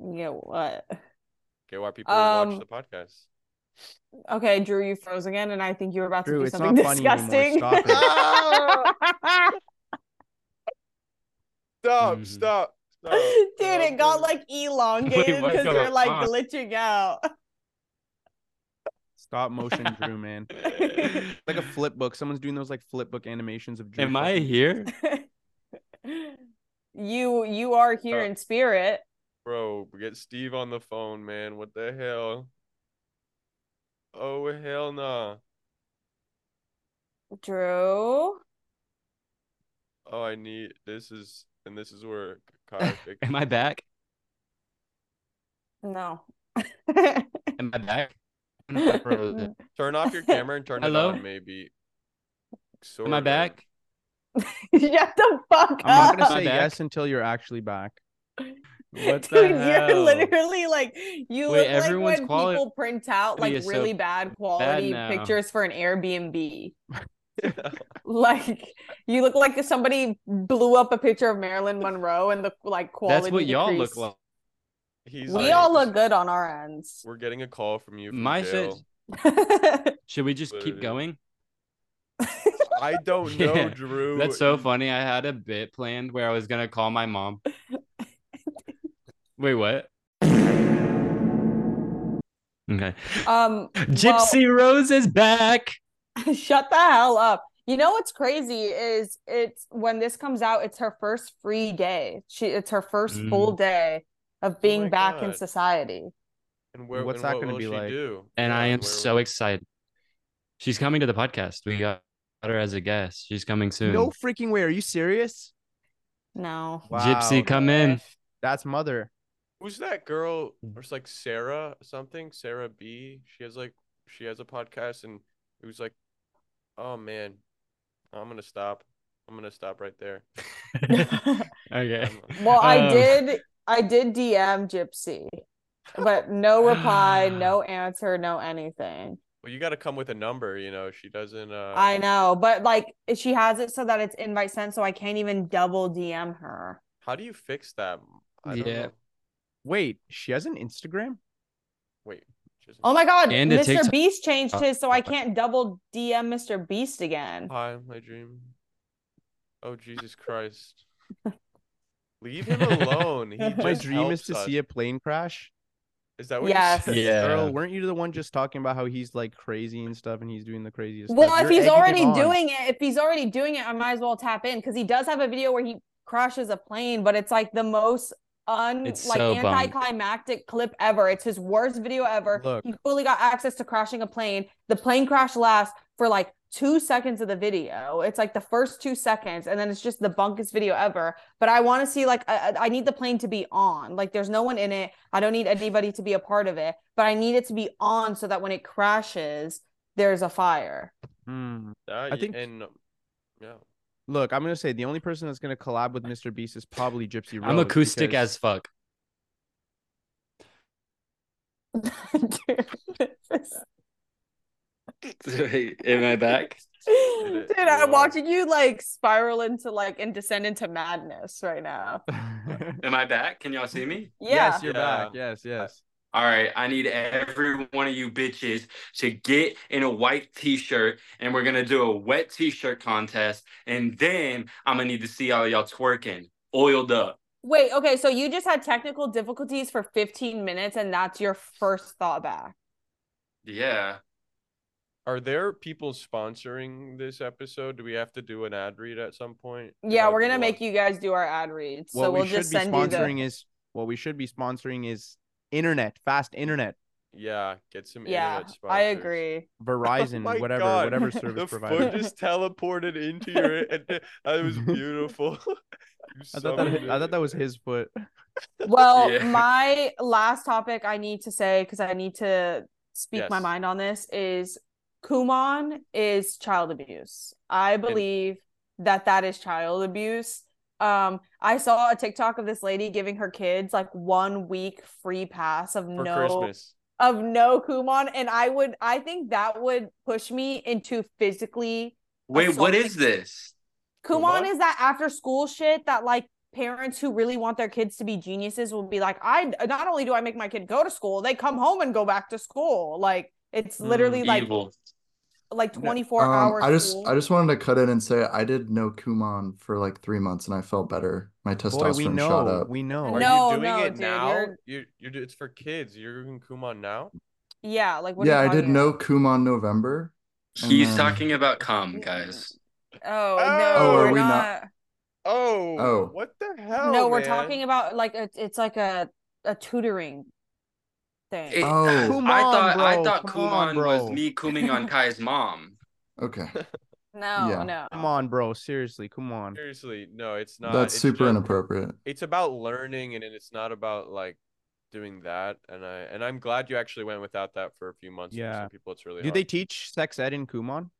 [SPEAKER 1] Yeah, what?
[SPEAKER 3] Okay, why people
[SPEAKER 1] Um,
[SPEAKER 3] watch the podcast.
[SPEAKER 1] Okay, Drew, you froze again, and I think you were about to
[SPEAKER 4] Drew,
[SPEAKER 1] do
[SPEAKER 4] it's
[SPEAKER 1] something
[SPEAKER 4] not funny anymore.
[SPEAKER 1] disgusting.
[SPEAKER 4] Stop
[SPEAKER 1] [laughs]
[SPEAKER 3] Stop,
[SPEAKER 2] Mhm.
[SPEAKER 3] stop, stop.
[SPEAKER 1] [laughs] Dude, it got like elongated
[SPEAKER 2] what's
[SPEAKER 1] because you're
[SPEAKER 2] going
[SPEAKER 1] like
[SPEAKER 2] on?
[SPEAKER 1] glitching out.
[SPEAKER 4] Stop motion, Drew, man. [laughs] Like a flip book. Someone's doing those like flip book animations of Drew.
[SPEAKER 2] Am I
[SPEAKER 4] fucking-
[SPEAKER 2] here?
[SPEAKER 1] you you are here
[SPEAKER 2] Oh.
[SPEAKER 3] Uh,
[SPEAKER 1] in spirit.
[SPEAKER 3] Bro, get Steve on the phone, man. What the hell? Oh, hell nah.
[SPEAKER 1] Drew.
[SPEAKER 3] Oh, I need this is and this is where
[SPEAKER 2] [laughs]
[SPEAKER 3] Kyle
[SPEAKER 2] [laughs]
[SPEAKER 3] picked
[SPEAKER 2] Am I back?
[SPEAKER 1] No.
[SPEAKER 2] Am Am
[SPEAKER 1] [laughs]
[SPEAKER 2] I back? I don't know if I froze.
[SPEAKER 3] Turn off
[SPEAKER 2] [laughs]
[SPEAKER 3] your camera and turn it
[SPEAKER 2] Hello?
[SPEAKER 3] on, maybe. Sort
[SPEAKER 2] Am I
[SPEAKER 3] of.
[SPEAKER 2] back?
[SPEAKER 1] Shut the fuck
[SPEAKER 4] I'm not gonna
[SPEAKER 2] [laughs] My back.
[SPEAKER 4] say yes until you're actually back.
[SPEAKER 2] What
[SPEAKER 1] [laughs]
[SPEAKER 2] the
[SPEAKER 1] Dude, you're
[SPEAKER 2] hell?
[SPEAKER 1] literally like you
[SPEAKER 2] Wait,
[SPEAKER 1] look
[SPEAKER 2] everyone's
[SPEAKER 1] like when
[SPEAKER 2] quali-
[SPEAKER 1] people print out like
[SPEAKER 2] is so
[SPEAKER 1] really
[SPEAKER 2] [laughs]
[SPEAKER 1] bad quality
[SPEAKER 2] now.
[SPEAKER 1] pictures for an
[SPEAKER 2] [laughs]
[SPEAKER 1] Airbnb. [laughs] like you look like somebody blew up a picture of Marilyn Monroe and the like quality.
[SPEAKER 2] That's what y'all look
[SPEAKER 1] decreased.
[SPEAKER 2] like.
[SPEAKER 3] He's
[SPEAKER 1] We
[SPEAKER 3] like-
[SPEAKER 1] all look good on our ends.
[SPEAKER 3] We're getting a call from you. From
[SPEAKER 2] My
[SPEAKER 3] jail.
[SPEAKER 2] shit. Should we just keep
[SPEAKER 3] Literally.
[SPEAKER 2] going?
[SPEAKER 3] [laughs] I don't know,
[SPEAKER 2] [laughs] Yeah.
[SPEAKER 3] Drew.
[SPEAKER 2] That's so
[SPEAKER 3] You-
[SPEAKER 2] funny. I had a bit planned where I was gonna call my mom. Wait, what? Okay.
[SPEAKER 1] [laughs] um
[SPEAKER 2] [laughs] Gypsy Rose is back.
[SPEAKER 1] well, [laughs] shut the hell up. You know what's crazy is it's when this comes out, it's her first free day. She it's her first
[SPEAKER 2] Mm.
[SPEAKER 1] full day
[SPEAKER 2] Oh
[SPEAKER 1] of being
[SPEAKER 3] my
[SPEAKER 1] back in
[SPEAKER 3] God.
[SPEAKER 1] society.
[SPEAKER 3] And where,
[SPEAKER 4] What's
[SPEAKER 3] and
[SPEAKER 4] that
[SPEAKER 3] what
[SPEAKER 4] gonna
[SPEAKER 3] will
[SPEAKER 4] be
[SPEAKER 3] she
[SPEAKER 4] like?
[SPEAKER 3] Do?
[SPEAKER 2] And
[SPEAKER 3] Yeah,
[SPEAKER 2] I am
[SPEAKER 3] where-
[SPEAKER 2] so excited. She's coming to the podcast. We got her as a guest. She's coming soon.
[SPEAKER 4] No freaking way. Are you serious?
[SPEAKER 1] No.
[SPEAKER 2] Gypsy,
[SPEAKER 1] [laughs]
[SPEAKER 2] come in.
[SPEAKER 4] That's mother.
[SPEAKER 3] Who's that girl? Or it's like Sarah something. Sarah B. She has like she has a podcast, and it was like, oh man, I'm gonna stop. I'm gonna stop right
[SPEAKER 2] [laughs]
[SPEAKER 3] there.
[SPEAKER 2] okay.
[SPEAKER 3] I'm-
[SPEAKER 1] Well, I
[SPEAKER 2] Um,
[SPEAKER 1] did I did DM Gypsy, but
[SPEAKER 2] [sighs]
[SPEAKER 1] no reply, no answer, no anything.
[SPEAKER 3] well, you got to come with a number. You know, she doesn't. Uh,
[SPEAKER 2] Oh.
[SPEAKER 1] I know, but like she has it so that it's invite sent, so I can't even double DM her.
[SPEAKER 3] How do you fix that? I don't
[SPEAKER 2] Yeah.
[SPEAKER 3] know.
[SPEAKER 4] Wait, she has an Instagram?
[SPEAKER 3] Wait. she doesn't-
[SPEAKER 1] Oh my god,
[SPEAKER 2] And Oh. a
[SPEAKER 1] Mr.
[SPEAKER 2] TikTok-
[SPEAKER 1] Beast changed his, so I can't double DM Mr. Beast again.
[SPEAKER 3] Hi, my dream. Oh Jesus Christ. Leave him alone. He just
[SPEAKER 4] [laughs] My dream is
[SPEAKER 3] helps
[SPEAKER 4] to
[SPEAKER 3] us.
[SPEAKER 4] see a plane crash.
[SPEAKER 3] Is that what you
[SPEAKER 1] Yes.
[SPEAKER 3] said?
[SPEAKER 2] Yeah.
[SPEAKER 4] Earl, weren't you the one just talking about how he's like crazy and stuff and he's doing the craziest
[SPEAKER 1] Well, if
[SPEAKER 4] stuff? You're
[SPEAKER 1] he's
[SPEAKER 4] egging him
[SPEAKER 1] already
[SPEAKER 4] on.
[SPEAKER 1] doing it, if he's already doing it, I might as well tap in because he does have a video where he crashes a plane, but it's like the most un
[SPEAKER 2] It's
[SPEAKER 1] like
[SPEAKER 2] so bummed.
[SPEAKER 1] anticlimactic clip ever. It's his worst video ever.
[SPEAKER 4] Look.
[SPEAKER 1] He fully got access to crashing a plane. The plane crash lasts for like two seconds of the video. It's like the first two seconds, and then it's just the bunkest video ever. But I want to see like I, I I need the plane to be on. Like there's no one in it. I don't need anybody to be a part of it, but I need it to be on so that when it crashes, there's a fire. [laughs]
[SPEAKER 4] Hmm.
[SPEAKER 3] Uh,
[SPEAKER 4] I think-
[SPEAKER 3] and um, yeah.
[SPEAKER 4] Look, I'm gonna say the only person that's gonna collab with Mr. Beast is probably Gypsy Rose.
[SPEAKER 2] I'm acoustic
[SPEAKER 4] because-
[SPEAKER 2] as fuck.
[SPEAKER 1] Dude, this is-
[SPEAKER 2] Am I back?
[SPEAKER 1] Dude,
[SPEAKER 3] it- you
[SPEAKER 1] I'm
[SPEAKER 3] are.
[SPEAKER 1] watching you like spiral into like and descend into madness right now.
[SPEAKER 4] [laughs]
[SPEAKER 2] Am I back? Can y'all see me?
[SPEAKER 1] Yeah.
[SPEAKER 4] Yes, you're
[SPEAKER 3] Yeah.
[SPEAKER 4] back. Yes, yes.
[SPEAKER 2] All right, I need every one of you bitches to get in a white t-shirt and we're gonna do a wet t-shirt contest, and then I'm gonna need to see all y'all twerking, oiled up.
[SPEAKER 1] Wait, okay, so you just had technical difficulties for 15 minutes and that's your first thought back.
[SPEAKER 2] Yeah.
[SPEAKER 3] Are there people sponsoring this episode? Do we have to do an ad read at some point?
[SPEAKER 1] Yeah, we're gonna make you guys do our ad reads.
[SPEAKER 4] what
[SPEAKER 1] so
[SPEAKER 4] we
[SPEAKER 1] we'll
[SPEAKER 4] should
[SPEAKER 1] just
[SPEAKER 4] be
[SPEAKER 1] send you
[SPEAKER 4] sponsoring
[SPEAKER 1] the
[SPEAKER 4] is what we should be sponsoring is internet, fast
[SPEAKER 1] [laughs]
[SPEAKER 4] internet,
[SPEAKER 3] Yeah, get some.
[SPEAKER 1] Yeah,
[SPEAKER 3] internet
[SPEAKER 1] I
[SPEAKER 3] sponsors. Oh
[SPEAKER 1] agree.
[SPEAKER 4] Verizon,
[SPEAKER 3] my
[SPEAKER 4] whatever,
[SPEAKER 1] [laughs]
[SPEAKER 3] God.
[SPEAKER 4] whatever
[SPEAKER 3] [laughs]
[SPEAKER 4] service
[SPEAKER 3] The
[SPEAKER 4] provider.
[SPEAKER 3] foot just teleported into your. And that was
[SPEAKER 4] [laughs]
[SPEAKER 3] beautiful. [laughs] You
[SPEAKER 4] I thought, that,
[SPEAKER 3] summoned
[SPEAKER 4] I thought that
[SPEAKER 3] it.
[SPEAKER 4] was his foot.
[SPEAKER 1] Well,
[SPEAKER 2] Yeah.
[SPEAKER 1] my last topic I need to say because I need to speak my
[SPEAKER 3] Yes.
[SPEAKER 1] mind on this is Kumon is child abuse. I believe that that is child abuse. Um, I saw a TikTok of this lady giving her kids like one week free pass of
[SPEAKER 3] for
[SPEAKER 1] no
[SPEAKER 3] Christmas.
[SPEAKER 1] of no Kumon, and I would I think that would push me into physically
[SPEAKER 2] Wait, what
[SPEAKER 1] Assaulting-
[SPEAKER 2] is this?
[SPEAKER 1] Kumon
[SPEAKER 3] Kumon?
[SPEAKER 1] is that after school shit that like parents who really want their kids to be geniuses will be like, I not only do I make my kid go to school, they come home and go back to school. Like it's
[SPEAKER 4] Mm,
[SPEAKER 1] literally like
[SPEAKER 2] Evil.
[SPEAKER 1] like
[SPEAKER 4] No,
[SPEAKER 1] 24
[SPEAKER 6] Um,
[SPEAKER 1] hours.
[SPEAKER 6] I just I just wanted to cut in and say I did no Kumon for like three months and I felt better. My
[SPEAKER 4] Boy,
[SPEAKER 6] testosterone
[SPEAKER 4] we
[SPEAKER 6] shot
[SPEAKER 4] know.
[SPEAKER 6] up.
[SPEAKER 4] We know.
[SPEAKER 3] Are
[SPEAKER 1] No,
[SPEAKER 3] you doing
[SPEAKER 1] no,
[SPEAKER 3] it
[SPEAKER 1] dude,
[SPEAKER 3] now?
[SPEAKER 1] you're-
[SPEAKER 3] You, you, do- it's for kids. You're doing Kumon now.
[SPEAKER 1] yeah, like what are
[SPEAKER 6] yeah,
[SPEAKER 1] you
[SPEAKER 6] I did
[SPEAKER 1] talking
[SPEAKER 6] no Kumon November. and
[SPEAKER 2] He's
[SPEAKER 6] then-
[SPEAKER 2] talking about cum, guys.
[SPEAKER 1] about? Oh no,
[SPEAKER 3] Oh,
[SPEAKER 6] are
[SPEAKER 1] we're
[SPEAKER 6] we
[SPEAKER 1] not,
[SPEAKER 6] not-
[SPEAKER 3] Oh,
[SPEAKER 6] Oh.
[SPEAKER 3] what the hell?
[SPEAKER 1] no, we're
[SPEAKER 3] man?
[SPEAKER 1] talking about like a, it's like a a tutoring thing.
[SPEAKER 2] It-
[SPEAKER 6] Oh,
[SPEAKER 4] Kumon,
[SPEAKER 2] I thought I
[SPEAKER 4] bro,
[SPEAKER 2] thought
[SPEAKER 4] come on,
[SPEAKER 2] Kumon was
[SPEAKER 4] bro.
[SPEAKER 2] me cooming
[SPEAKER 4] [laughs]
[SPEAKER 2] on Kai's mom.
[SPEAKER 6] Okay,
[SPEAKER 1] no,
[SPEAKER 6] yeah.
[SPEAKER 1] no.
[SPEAKER 4] Come on, bro. Seriously, come on.
[SPEAKER 3] Seriously, no, it's not.
[SPEAKER 6] that's
[SPEAKER 3] it's
[SPEAKER 6] super
[SPEAKER 3] just-
[SPEAKER 6] inappropriate.
[SPEAKER 3] It's about learning, and it's not about like doing that, and I and I'm glad you actually went without that for a few months. For
[SPEAKER 4] Yeah.
[SPEAKER 3] some people, it's really
[SPEAKER 4] Do
[SPEAKER 3] hard.
[SPEAKER 4] they teach sex ed in Kumon?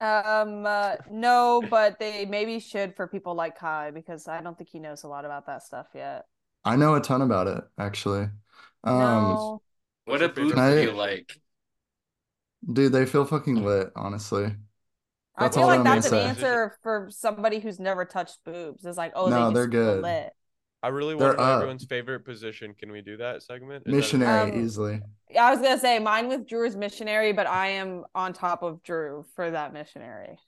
[SPEAKER 1] Um, uh, no, but they maybe should for people like Kai because I don't think he knows a lot about that stuff yet.
[SPEAKER 6] I know a ton about it actually. Um,
[SPEAKER 1] no,
[SPEAKER 2] What
[SPEAKER 3] What's your
[SPEAKER 2] a
[SPEAKER 3] favorite
[SPEAKER 2] booth
[SPEAKER 6] I-
[SPEAKER 2] feel like?
[SPEAKER 6] dude, they feel fucking lit, honestly.
[SPEAKER 1] I
[SPEAKER 6] That's
[SPEAKER 1] feel
[SPEAKER 6] all
[SPEAKER 1] like
[SPEAKER 6] I'm
[SPEAKER 1] that's an
[SPEAKER 6] gonna say.
[SPEAKER 1] answer for somebody who's never touched boobs. It's like, oh, they
[SPEAKER 6] No,
[SPEAKER 1] just
[SPEAKER 6] they're
[SPEAKER 1] feel
[SPEAKER 6] good.
[SPEAKER 1] lit.
[SPEAKER 3] I really
[SPEAKER 6] They're
[SPEAKER 3] want to know
[SPEAKER 6] up.
[SPEAKER 3] everyone's favorite position. Can we do that segment? Is that a-
[SPEAKER 6] Missionary
[SPEAKER 1] Um,
[SPEAKER 6] easily.
[SPEAKER 1] Yeah, I was gonna say mine with Drew is missionary, but I am on top of Drew for that
[SPEAKER 6] [laughs]
[SPEAKER 1] missionary.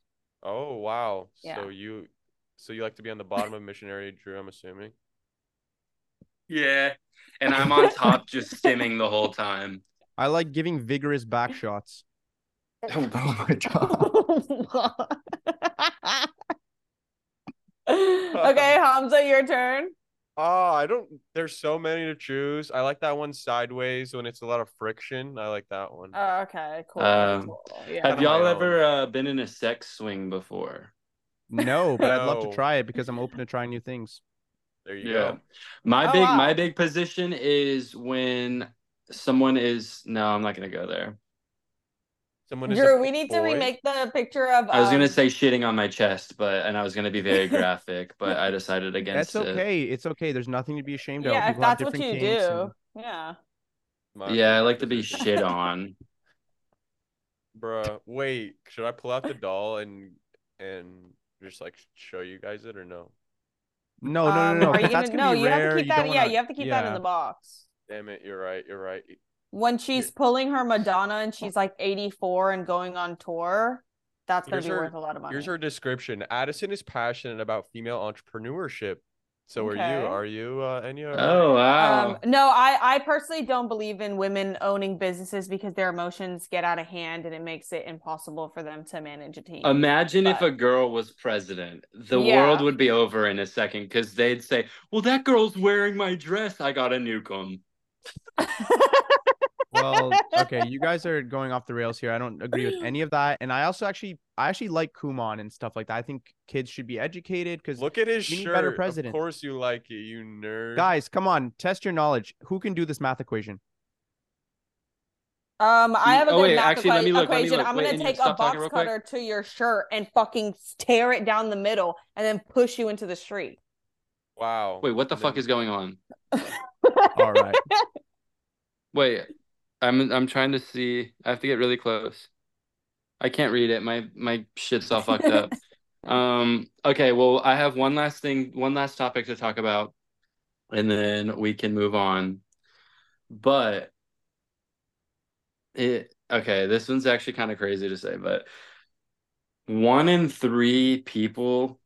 [SPEAKER 3] oh wow.
[SPEAKER 1] Yeah.
[SPEAKER 3] So you, so you like to be on the bottom of missionary, Drew? I'm assuming.
[SPEAKER 2] Yeah. And I'm on top just stimming the whole time.
[SPEAKER 4] I like giving vigorous back shots.
[SPEAKER 6] [laughs] Oh my god.
[SPEAKER 1] [laughs] okay, Hamza, your turn.
[SPEAKER 3] Oh, I don't. There's so many to choose. I like that one sideways when it's a lot of friction. I like that one.
[SPEAKER 1] Oh, okay, cool.
[SPEAKER 2] Um,
[SPEAKER 1] cool.
[SPEAKER 2] Have
[SPEAKER 3] Kinda
[SPEAKER 1] Yeah.
[SPEAKER 2] y'all
[SPEAKER 3] my
[SPEAKER 2] ever uh, been in a sex swing before?
[SPEAKER 4] No, but I'd love to
[SPEAKER 3] No.
[SPEAKER 4] try it because I'm open to trying new things.
[SPEAKER 3] there you
[SPEAKER 2] Yeah.
[SPEAKER 3] go.
[SPEAKER 2] My
[SPEAKER 1] Oh,
[SPEAKER 2] big
[SPEAKER 1] wow.
[SPEAKER 2] my big position is when someone is no, I'm not gonna go there.
[SPEAKER 3] Someone is a
[SPEAKER 1] Drew, we need to
[SPEAKER 3] boy.
[SPEAKER 1] remake the picture of.
[SPEAKER 2] I was
[SPEAKER 1] um,
[SPEAKER 2] gonna say shitting on my chest, but and I was gonna
[SPEAKER 1] [laughs]
[SPEAKER 2] be very graphic, but I decided against
[SPEAKER 4] That's
[SPEAKER 2] it.
[SPEAKER 4] okay. It's okay. There's nothing to be ashamed of.
[SPEAKER 1] Yeah, if
[SPEAKER 4] People have
[SPEAKER 1] that's what
[SPEAKER 4] different
[SPEAKER 1] you
[SPEAKER 4] kinks and-
[SPEAKER 1] do. Yeah.
[SPEAKER 3] My
[SPEAKER 2] Yeah, I
[SPEAKER 3] favorite
[SPEAKER 2] like to be
[SPEAKER 1] [laughs]
[SPEAKER 3] position.
[SPEAKER 2] shit on.
[SPEAKER 3] Bruh, wait. Should I pull out the doll and and just like show you guys it or no?
[SPEAKER 4] Oh, No, no,
[SPEAKER 1] Um,
[SPEAKER 4] no, no.
[SPEAKER 1] are you
[SPEAKER 4] That's
[SPEAKER 1] gonna,
[SPEAKER 4] gonna
[SPEAKER 1] no,
[SPEAKER 4] be
[SPEAKER 1] you
[SPEAKER 4] rare.
[SPEAKER 1] have to keep
[SPEAKER 4] you
[SPEAKER 1] that.
[SPEAKER 4] don't
[SPEAKER 1] yeah,
[SPEAKER 4] wanna-
[SPEAKER 1] you have to keep that in
[SPEAKER 4] yeah.
[SPEAKER 1] the [laughs] box.
[SPEAKER 3] Damn it, you're right. You're right.
[SPEAKER 1] When she's pulling her Madonna and she's like 84 and going on tour, that's gonna
[SPEAKER 3] Here's
[SPEAKER 1] be
[SPEAKER 3] her-
[SPEAKER 1] worth a lot of money.
[SPEAKER 3] Here's her description. Addison is passionate about female entrepreneurship. So are
[SPEAKER 1] Okay.
[SPEAKER 3] you? Are you uh, any?
[SPEAKER 2] Oh wow.
[SPEAKER 1] Um, no, I, I personally don't believe in women owning businesses because their emotions get out of hand and it makes it impossible for them to manage a team.
[SPEAKER 2] Imagine if
[SPEAKER 1] but-
[SPEAKER 2] a girl was president. The
[SPEAKER 1] Yeah.
[SPEAKER 2] world would be over in a second because they'd say, Well, that girl's wearing my dress. I gotta nuke 'em."
[SPEAKER 4] well okay you guys are going off the rails here i don't
[SPEAKER 1] [clears throat]
[SPEAKER 4] agree with any of that and i also actually i actually like kumon and stuff like that i think kids should be educated because
[SPEAKER 3] Look at his
[SPEAKER 4] we need
[SPEAKER 3] shirt.
[SPEAKER 4] better
[SPEAKER 3] Of
[SPEAKER 4] presidents.
[SPEAKER 3] course you like it, you nerd.
[SPEAKER 4] guys come on test your knowledge who can do this
[SPEAKER 2] [laughs]
[SPEAKER 4] math equation
[SPEAKER 1] Um, I have a
[SPEAKER 2] Oh,
[SPEAKER 1] good
[SPEAKER 2] wait,
[SPEAKER 1] math
[SPEAKER 2] actually, let me
[SPEAKER 1] equa-
[SPEAKER 2] look, let me
[SPEAKER 1] equation.
[SPEAKER 2] look.
[SPEAKER 1] I'm
[SPEAKER 2] Wait,
[SPEAKER 1] gonna
[SPEAKER 2] Indian,
[SPEAKER 1] take a
[SPEAKER 2] stop
[SPEAKER 1] box
[SPEAKER 2] talking real quick.
[SPEAKER 1] cutter to your shirt and fucking tear it down the middle and then push you into the street.
[SPEAKER 3] Wow.
[SPEAKER 2] Wait, what the
[SPEAKER 3] And
[SPEAKER 2] fuck
[SPEAKER 3] then-
[SPEAKER 2] is going on?
[SPEAKER 4] all right
[SPEAKER 2] Wait, I'm I'm trying to see. I have to get really close. I can't read it. My my shit's all fucked up. Um, okay, well, I have one last thing, one last topic to talk about, and then we can move on. But it okay, this one's actually kind of crazy to say, but one in three people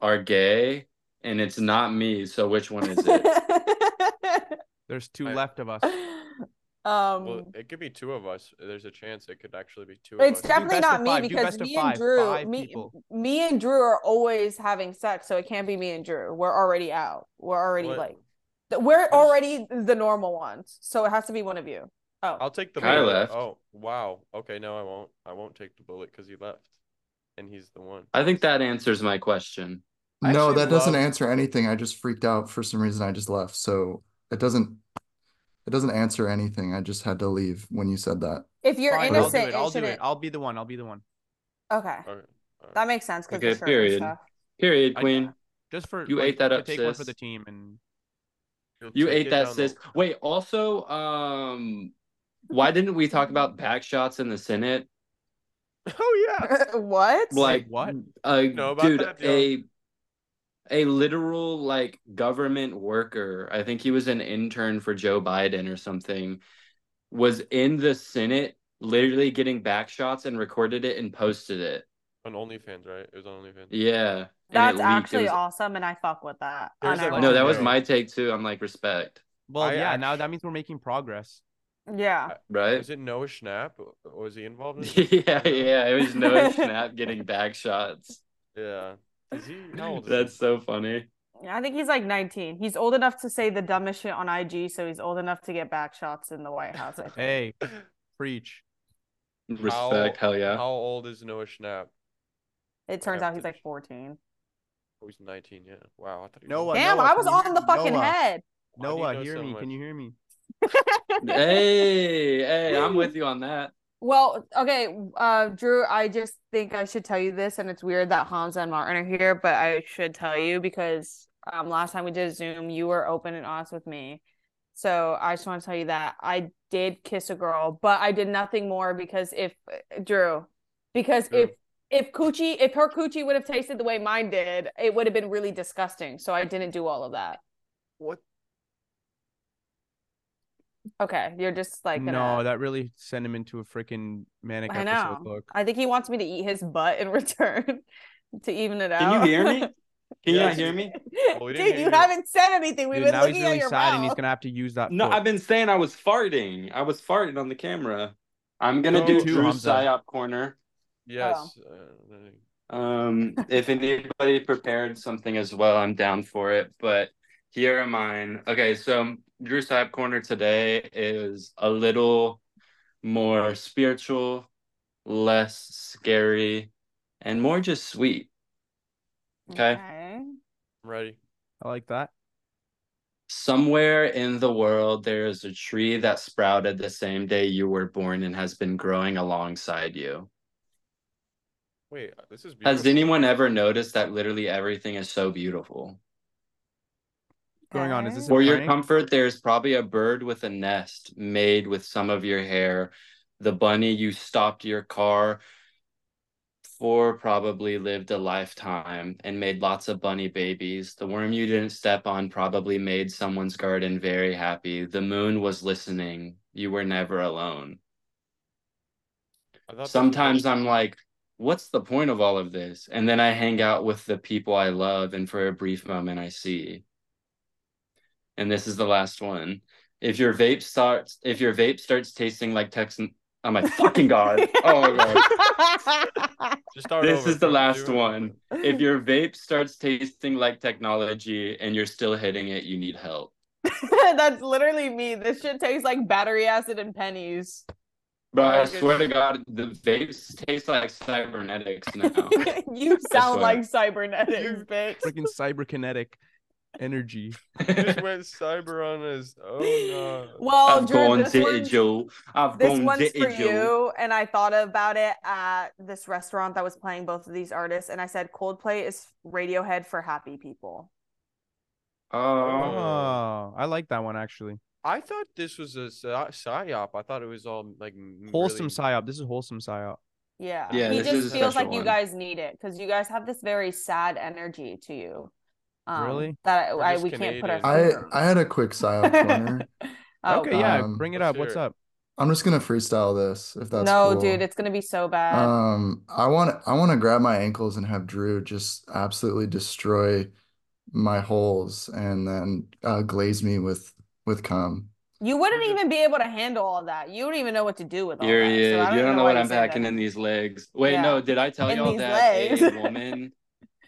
[SPEAKER 2] are gay, and it's not me. So which one is
[SPEAKER 1] [laughs]
[SPEAKER 2] it?
[SPEAKER 4] there's two
[SPEAKER 3] I-
[SPEAKER 4] left of us
[SPEAKER 1] um,
[SPEAKER 3] Well, it could be two of us. There's a chance it could actually be two
[SPEAKER 1] it's
[SPEAKER 3] of us.
[SPEAKER 1] definitely
[SPEAKER 4] best of
[SPEAKER 1] not me
[SPEAKER 4] five. Do
[SPEAKER 1] because
[SPEAKER 4] best of
[SPEAKER 1] me and
[SPEAKER 4] five.
[SPEAKER 1] Drew,
[SPEAKER 4] Five
[SPEAKER 1] me,
[SPEAKER 4] people.
[SPEAKER 1] me and Drew are always having sex, so it can't be me and Drew. We're already out. We're already
[SPEAKER 3] What-
[SPEAKER 1] like, th- we're
[SPEAKER 3] There's-
[SPEAKER 1] already the normal ones, so it has to be one of you. Oh,
[SPEAKER 3] I'll take the
[SPEAKER 2] Kai
[SPEAKER 3] bullet.
[SPEAKER 2] left.
[SPEAKER 3] Oh, wow. Okay, no, I won't. I won't take the bullet because he left. And he's the one.
[SPEAKER 2] I think that answers my question.
[SPEAKER 3] I
[SPEAKER 6] No,
[SPEAKER 3] actually
[SPEAKER 6] that doesn't
[SPEAKER 3] love-
[SPEAKER 6] answer anything. I just freaked out for some reason. I just left. So it doesn't it doesn't answer anything. I just had to leave when you said that.
[SPEAKER 1] if you're
[SPEAKER 4] Fine, i'll do
[SPEAKER 1] innocent,
[SPEAKER 4] it i'll do
[SPEAKER 1] shouldn't.
[SPEAKER 4] it i'll be the one i'll be the one
[SPEAKER 1] Okay,
[SPEAKER 3] Okay, alright.
[SPEAKER 1] that makes sense because
[SPEAKER 2] Okay, period. Period,
[SPEAKER 4] I-
[SPEAKER 2] Queen.
[SPEAKER 4] just for
[SPEAKER 2] You
[SPEAKER 4] like,
[SPEAKER 2] ate that
[SPEAKER 4] to
[SPEAKER 2] up,
[SPEAKER 4] take one for
[SPEAKER 2] sis.
[SPEAKER 4] the team and
[SPEAKER 3] You'll
[SPEAKER 2] You
[SPEAKER 3] take
[SPEAKER 2] ate
[SPEAKER 3] it
[SPEAKER 2] that,
[SPEAKER 3] down the-
[SPEAKER 2] sis. Wait, also, um, why didn't we talk about back shots in the Senate?
[SPEAKER 3] [laughs] Oh
[SPEAKER 1] [laughs]
[SPEAKER 3] yeah.
[SPEAKER 1] what?
[SPEAKER 2] Like
[SPEAKER 4] what?
[SPEAKER 2] Uh,
[SPEAKER 3] Know about
[SPEAKER 2] dude,
[SPEAKER 3] that, Joe?
[SPEAKER 2] a a literal like government worker. I think he was an intern for Joe Biden or something. Was in the Senate, literally getting back shots and recorded it and posted it.
[SPEAKER 3] On OnlyFans, right? It was on OnlyFans.
[SPEAKER 2] Yeah, and it
[SPEAKER 1] That's
[SPEAKER 2] leaked. It
[SPEAKER 1] actually
[SPEAKER 2] was-
[SPEAKER 1] awesome, and I fuck with that.
[SPEAKER 3] There's a-
[SPEAKER 1] Unironic.
[SPEAKER 2] No, that was
[SPEAKER 3] Bro.
[SPEAKER 2] my take too. I'm like respect,
[SPEAKER 4] well
[SPEAKER 3] I
[SPEAKER 4] yeah now
[SPEAKER 3] actu-
[SPEAKER 4] that means we're making
[SPEAKER 2] [laughs]
[SPEAKER 4] progress
[SPEAKER 1] yeah.
[SPEAKER 2] right? [laughs]
[SPEAKER 3] Was it Noah Schnapp? Was he involved in it?
[SPEAKER 2] yeah, yeah. It was
[SPEAKER 3] [laughs]
[SPEAKER 2] Noah Schnapp getting back shots.
[SPEAKER 3] Yeah. Is he how old is
[SPEAKER 2] That's
[SPEAKER 3] he?
[SPEAKER 2] so funny.
[SPEAKER 1] I think he's like 19. He's old enough to say the dumbest shit on IG, so he's old enough to get back shots in the White House. I think.
[SPEAKER 4] hey preach
[SPEAKER 2] Respect, hell yeah.
[SPEAKER 3] [laughs] How old is Noah Schnapp?
[SPEAKER 1] It turns out he's like 14.
[SPEAKER 3] Oh, he's 19, yeah. Wow, I thought he was
[SPEAKER 4] Noah,
[SPEAKER 3] older.
[SPEAKER 4] Noah.
[SPEAKER 1] Damn, I was
[SPEAKER 4] can you-
[SPEAKER 1] on the fucking
[SPEAKER 4] Noah.
[SPEAKER 1] head.
[SPEAKER 3] Why do you
[SPEAKER 4] noah
[SPEAKER 3] know
[SPEAKER 4] hear
[SPEAKER 3] so
[SPEAKER 4] me
[SPEAKER 3] much?
[SPEAKER 4] can you hear me
[SPEAKER 2] hey, hey, I'm with you on that.
[SPEAKER 1] Well, okay, uh, Drew, I just think I should tell you this, and it's weird that Hamza and Martin are here, but I should tell you because um, last time we did a Zoom, you were open and honest with me. So I just want to tell you that I did kiss a girl, but I did nothing more because if Drew, because
[SPEAKER 3] Drew.
[SPEAKER 1] if if coochie, if her coochie would have tasted the way mine did, it would have been really disgusting. So I didn't do all of that.
[SPEAKER 3] What?
[SPEAKER 1] Okay, you're just like
[SPEAKER 4] no,
[SPEAKER 1] gonna-
[SPEAKER 4] that really sent him into a freaking manic
[SPEAKER 1] I
[SPEAKER 4] episode.
[SPEAKER 1] know.
[SPEAKER 4] Look,
[SPEAKER 1] I think he wants me to eat his butt in [laughs] return to even it out.
[SPEAKER 2] Can you
[SPEAKER 1] [laughs]
[SPEAKER 2] hear me? Can you
[SPEAKER 3] Yeah,
[SPEAKER 2] not hear me?
[SPEAKER 4] Oh,
[SPEAKER 3] we didn't
[SPEAKER 1] Dude,
[SPEAKER 3] hear
[SPEAKER 1] you
[SPEAKER 3] you.
[SPEAKER 1] haven't said anything. We've
[SPEAKER 4] dude,
[SPEAKER 1] been
[SPEAKER 4] now
[SPEAKER 1] looking
[SPEAKER 4] he's
[SPEAKER 1] at
[SPEAKER 4] really
[SPEAKER 1] your
[SPEAKER 4] sad and he's
[SPEAKER 1] mouth.
[SPEAKER 4] gonna have to use that.
[SPEAKER 2] No,
[SPEAKER 4] foot.
[SPEAKER 2] I've been saying I was farting. I was farting on the camera. I'm gonna
[SPEAKER 3] No.
[SPEAKER 2] do
[SPEAKER 3] Too,
[SPEAKER 2] Drew's
[SPEAKER 4] Hamza.
[SPEAKER 2] psyop corner.
[SPEAKER 3] Yes.
[SPEAKER 1] Oh.
[SPEAKER 3] uh,
[SPEAKER 2] Um, if anybody prepared something as well, I'm down for it. But here are mine. Okay, so Drew Side Corner today is a little more spiritual, less scary, and more just sweet. Okay.
[SPEAKER 3] I'm ready.
[SPEAKER 4] I like that.
[SPEAKER 2] Somewhere in the world, there is a tree that sprouted the same day you were born and has been growing alongside you.
[SPEAKER 3] Wait, this is beautiful.
[SPEAKER 2] Has anyone ever noticed that literally everything is so beautiful?
[SPEAKER 4] Going on, is this a
[SPEAKER 2] For your
[SPEAKER 4] prank?
[SPEAKER 2] comfort, there's probably a bird with a nest made with some of your hair. The bunny you stopped your car for probably lived a lifetime and made lots of bunny babies. The worm you didn't step on probably made someone's garden very happy. The moon was listening. You were never alone.
[SPEAKER 3] I thought that was-
[SPEAKER 2] Sometimes I'm like, what's the point of all of this? And then I hang out with the people I love, and for a brief moment, I see. And this is the last one. If your vape starts, if your vape starts tasting like Texan, oh
[SPEAKER 4] [laughs]
[SPEAKER 2] my
[SPEAKER 3] [laughs]
[SPEAKER 1] [laughs]
[SPEAKER 2] fucking god! Oh my god!
[SPEAKER 1] god.
[SPEAKER 3] Just start
[SPEAKER 2] This
[SPEAKER 3] over
[SPEAKER 2] is the
[SPEAKER 3] from
[SPEAKER 2] last
[SPEAKER 3] zero. [laughs]
[SPEAKER 2] one. If your vape starts tasting like technology and you're still hitting it, you need help,
[SPEAKER 1] [laughs] That's literally me. This shit tastes like battery acid and pennies.
[SPEAKER 2] bro. I
[SPEAKER 3] Okay.
[SPEAKER 2] swear to God, the vapes taste like cybernetics now.
[SPEAKER 1] [laughs] you sound
[SPEAKER 2] swear.
[SPEAKER 1] like cybernetics, bitch.
[SPEAKER 4] freaking cyberkinetic energy.
[SPEAKER 3] [laughs] Just went cyber on us. Oh no.
[SPEAKER 1] Well,
[SPEAKER 2] I've
[SPEAKER 1] Drew,
[SPEAKER 2] gone
[SPEAKER 1] Oh, this
[SPEAKER 2] to
[SPEAKER 1] one's-
[SPEAKER 2] Ijo. I've
[SPEAKER 1] this
[SPEAKER 2] gone
[SPEAKER 1] one's
[SPEAKER 2] to
[SPEAKER 1] for
[SPEAKER 2] Ijo.
[SPEAKER 1] you and i thought about it at this restaurant that was playing both of these artists and i said coldplay is radiohead for happy people
[SPEAKER 2] [laughs] Oh,
[SPEAKER 4] Oh, I like that one actually.
[SPEAKER 3] I thought this was a psy- psyop. I thought it was all like m-
[SPEAKER 4] Wholesome
[SPEAKER 3] really-
[SPEAKER 4] psyop. This is wholesome psyop.
[SPEAKER 1] yeah,
[SPEAKER 2] Yeah,
[SPEAKER 1] he
[SPEAKER 2] this
[SPEAKER 1] just
[SPEAKER 2] is a
[SPEAKER 1] feels
[SPEAKER 2] special
[SPEAKER 1] like you
[SPEAKER 2] one.
[SPEAKER 1] guys need it because you guys have this very sad energy to you um,
[SPEAKER 4] Really?
[SPEAKER 1] that
[SPEAKER 3] We're
[SPEAKER 1] I, I-
[SPEAKER 3] just
[SPEAKER 1] we can't put our
[SPEAKER 6] I
[SPEAKER 1] finger
[SPEAKER 6] I had a quick
[SPEAKER 1] on.
[SPEAKER 6] psyop
[SPEAKER 1] [laughs]
[SPEAKER 6] corner.
[SPEAKER 1] oh,
[SPEAKER 4] okay,
[SPEAKER 1] God.
[SPEAKER 4] yeah,
[SPEAKER 6] Um,
[SPEAKER 4] bring it
[SPEAKER 3] Let's
[SPEAKER 4] up. What's
[SPEAKER 3] hear it.
[SPEAKER 4] up?
[SPEAKER 6] I'm just gonna freestyle this if that's
[SPEAKER 1] no
[SPEAKER 6] cool.
[SPEAKER 1] dude it's gonna be so bad
[SPEAKER 6] Um, I want I want to grab my ankles and have Drew just absolutely destroy my holes and then uh, glaze me with with cum.
[SPEAKER 1] you wouldn't
[SPEAKER 3] You're
[SPEAKER 1] even be able to handle all that you don't even know what to do with all that
[SPEAKER 2] period.
[SPEAKER 1] so I
[SPEAKER 2] you
[SPEAKER 1] even
[SPEAKER 2] don't know
[SPEAKER 1] why
[SPEAKER 2] what
[SPEAKER 1] you
[SPEAKER 2] I'm
[SPEAKER 1] said that.
[SPEAKER 2] packing in these legs. Wait,
[SPEAKER 1] Yeah.
[SPEAKER 2] no, did I tell
[SPEAKER 1] In
[SPEAKER 2] y'all
[SPEAKER 1] these
[SPEAKER 2] that
[SPEAKER 1] legs. [laughs]
[SPEAKER 2] a woman,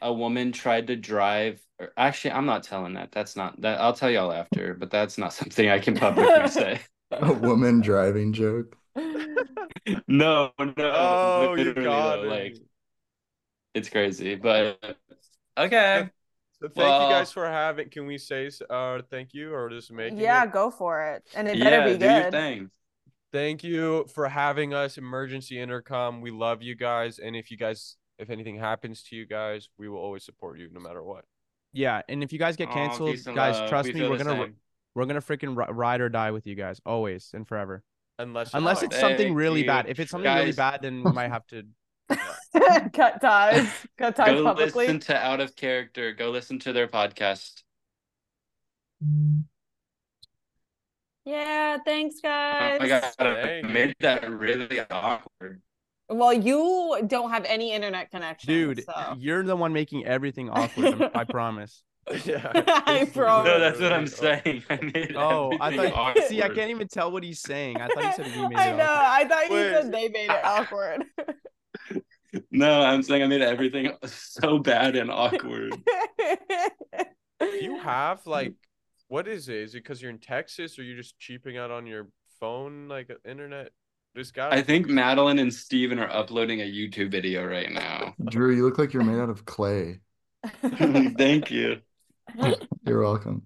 [SPEAKER 2] a woman tried to drive? Or actually, I'm not telling that. That's not that. I'll tell y'all after, but that's not [laughs] something I can
[SPEAKER 1] [laughs]
[SPEAKER 2] publicly say.
[SPEAKER 6] A woman driving joke.
[SPEAKER 2] [laughs]
[SPEAKER 1] [laughs]
[SPEAKER 2] No, no.
[SPEAKER 3] Oh,
[SPEAKER 2] [laughs]
[SPEAKER 3] you
[SPEAKER 2] literally,
[SPEAKER 3] got
[SPEAKER 2] though,
[SPEAKER 3] it.
[SPEAKER 2] Like it's crazy, but okay.
[SPEAKER 3] So thank
[SPEAKER 2] Well-
[SPEAKER 3] you guys for having. Can we say s- uh thank you or just making
[SPEAKER 1] yeah
[SPEAKER 3] it?
[SPEAKER 1] go for it and it
[SPEAKER 2] yeah,
[SPEAKER 1] better be
[SPEAKER 2] do your
[SPEAKER 1] good
[SPEAKER 2] thing.
[SPEAKER 3] Thank you for having us, Emergency Intercom. We love you guys, and if you guys, if anything happens to you guys, we will always support you no matter what.
[SPEAKER 4] Yeah, and if you guys get
[SPEAKER 2] Aw,
[SPEAKER 4] canceled,
[SPEAKER 2] peace and
[SPEAKER 4] guys,
[SPEAKER 2] love.
[SPEAKER 4] trust
[SPEAKER 2] uh, We
[SPEAKER 4] me,
[SPEAKER 2] feel
[SPEAKER 4] we're
[SPEAKER 2] the
[SPEAKER 4] gonna ri-
[SPEAKER 2] same.
[SPEAKER 4] we're gonna freaking ri- ride or die with you guys, always and forever.
[SPEAKER 3] Unless
[SPEAKER 4] Unless
[SPEAKER 2] Oh,
[SPEAKER 4] it's something
[SPEAKER 2] thank
[SPEAKER 4] really
[SPEAKER 2] you.
[SPEAKER 4] bad. If it's something really
[SPEAKER 2] Guys-
[SPEAKER 4] bad, then we might
[SPEAKER 2] [laughs]
[SPEAKER 4] have to.
[SPEAKER 1] [laughs] cut ties cut ties
[SPEAKER 2] Go
[SPEAKER 1] publicly
[SPEAKER 2] listen to Out of Character. Go listen to their podcast.
[SPEAKER 1] yeah thanks guys
[SPEAKER 2] Oh my god, I
[SPEAKER 3] Dang.
[SPEAKER 2] made that really awkward.
[SPEAKER 1] well you don't have any internet connection
[SPEAKER 4] Dude,
[SPEAKER 1] so.
[SPEAKER 4] you're the one making everything awkward.
[SPEAKER 2] [laughs]
[SPEAKER 4] I promise.
[SPEAKER 3] [laughs] yeah,
[SPEAKER 1] I
[SPEAKER 3] it's
[SPEAKER 1] promise.
[SPEAKER 2] No, that's what I'm
[SPEAKER 3] literally-
[SPEAKER 2] saying. [laughs] I made
[SPEAKER 4] Oh, I
[SPEAKER 2] everything [laughs]
[SPEAKER 4] thought.
[SPEAKER 2] awkward.
[SPEAKER 4] See, I can't even tell what he's saying. I thought he said
[SPEAKER 1] [laughs]
[SPEAKER 2] [laughs]
[SPEAKER 4] we made
[SPEAKER 1] I
[SPEAKER 4] it.
[SPEAKER 1] know.
[SPEAKER 4] awkward.
[SPEAKER 1] I thought you said
[SPEAKER 3] Wait.
[SPEAKER 1] they made it awkward.
[SPEAKER 2] No, I'm saying I made everything so bad and awkward.
[SPEAKER 1] [laughs]
[SPEAKER 3] You have like, what is it? Is it because you're in Texas, or you're just cheaping out on your phone like uh, internet? This guy.
[SPEAKER 2] I think Madeline and Steven are uploading a YouTube video right
[SPEAKER 4] [laughs]
[SPEAKER 2] now.
[SPEAKER 6] Drew, you look like you're made out of clay.
[SPEAKER 2] Thank you.
[SPEAKER 6] You're welcome.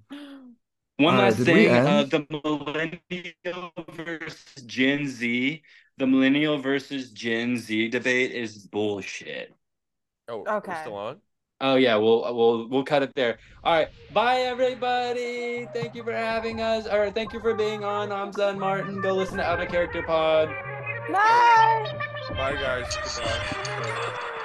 [SPEAKER 2] One
[SPEAKER 6] All right,
[SPEAKER 2] last
[SPEAKER 6] did we
[SPEAKER 2] thing,
[SPEAKER 6] end?
[SPEAKER 2] uh, the millennial versus Gen Z, the millennial versus Gen Z debate is bullshit.
[SPEAKER 3] Oh, okay.
[SPEAKER 1] Okay.
[SPEAKER 3] we're still on?
[SPEAKER 2] Oh yeah, we'll we'll we'll cut it there. All right, bye everybody. Thank you for having us, or thank you for being on. I'm Zan Martin. Go listen to Out of Character Pod.
[SPEAKER 1] Bye.
[SPEAKER 3] Bye, guys. Goodbye.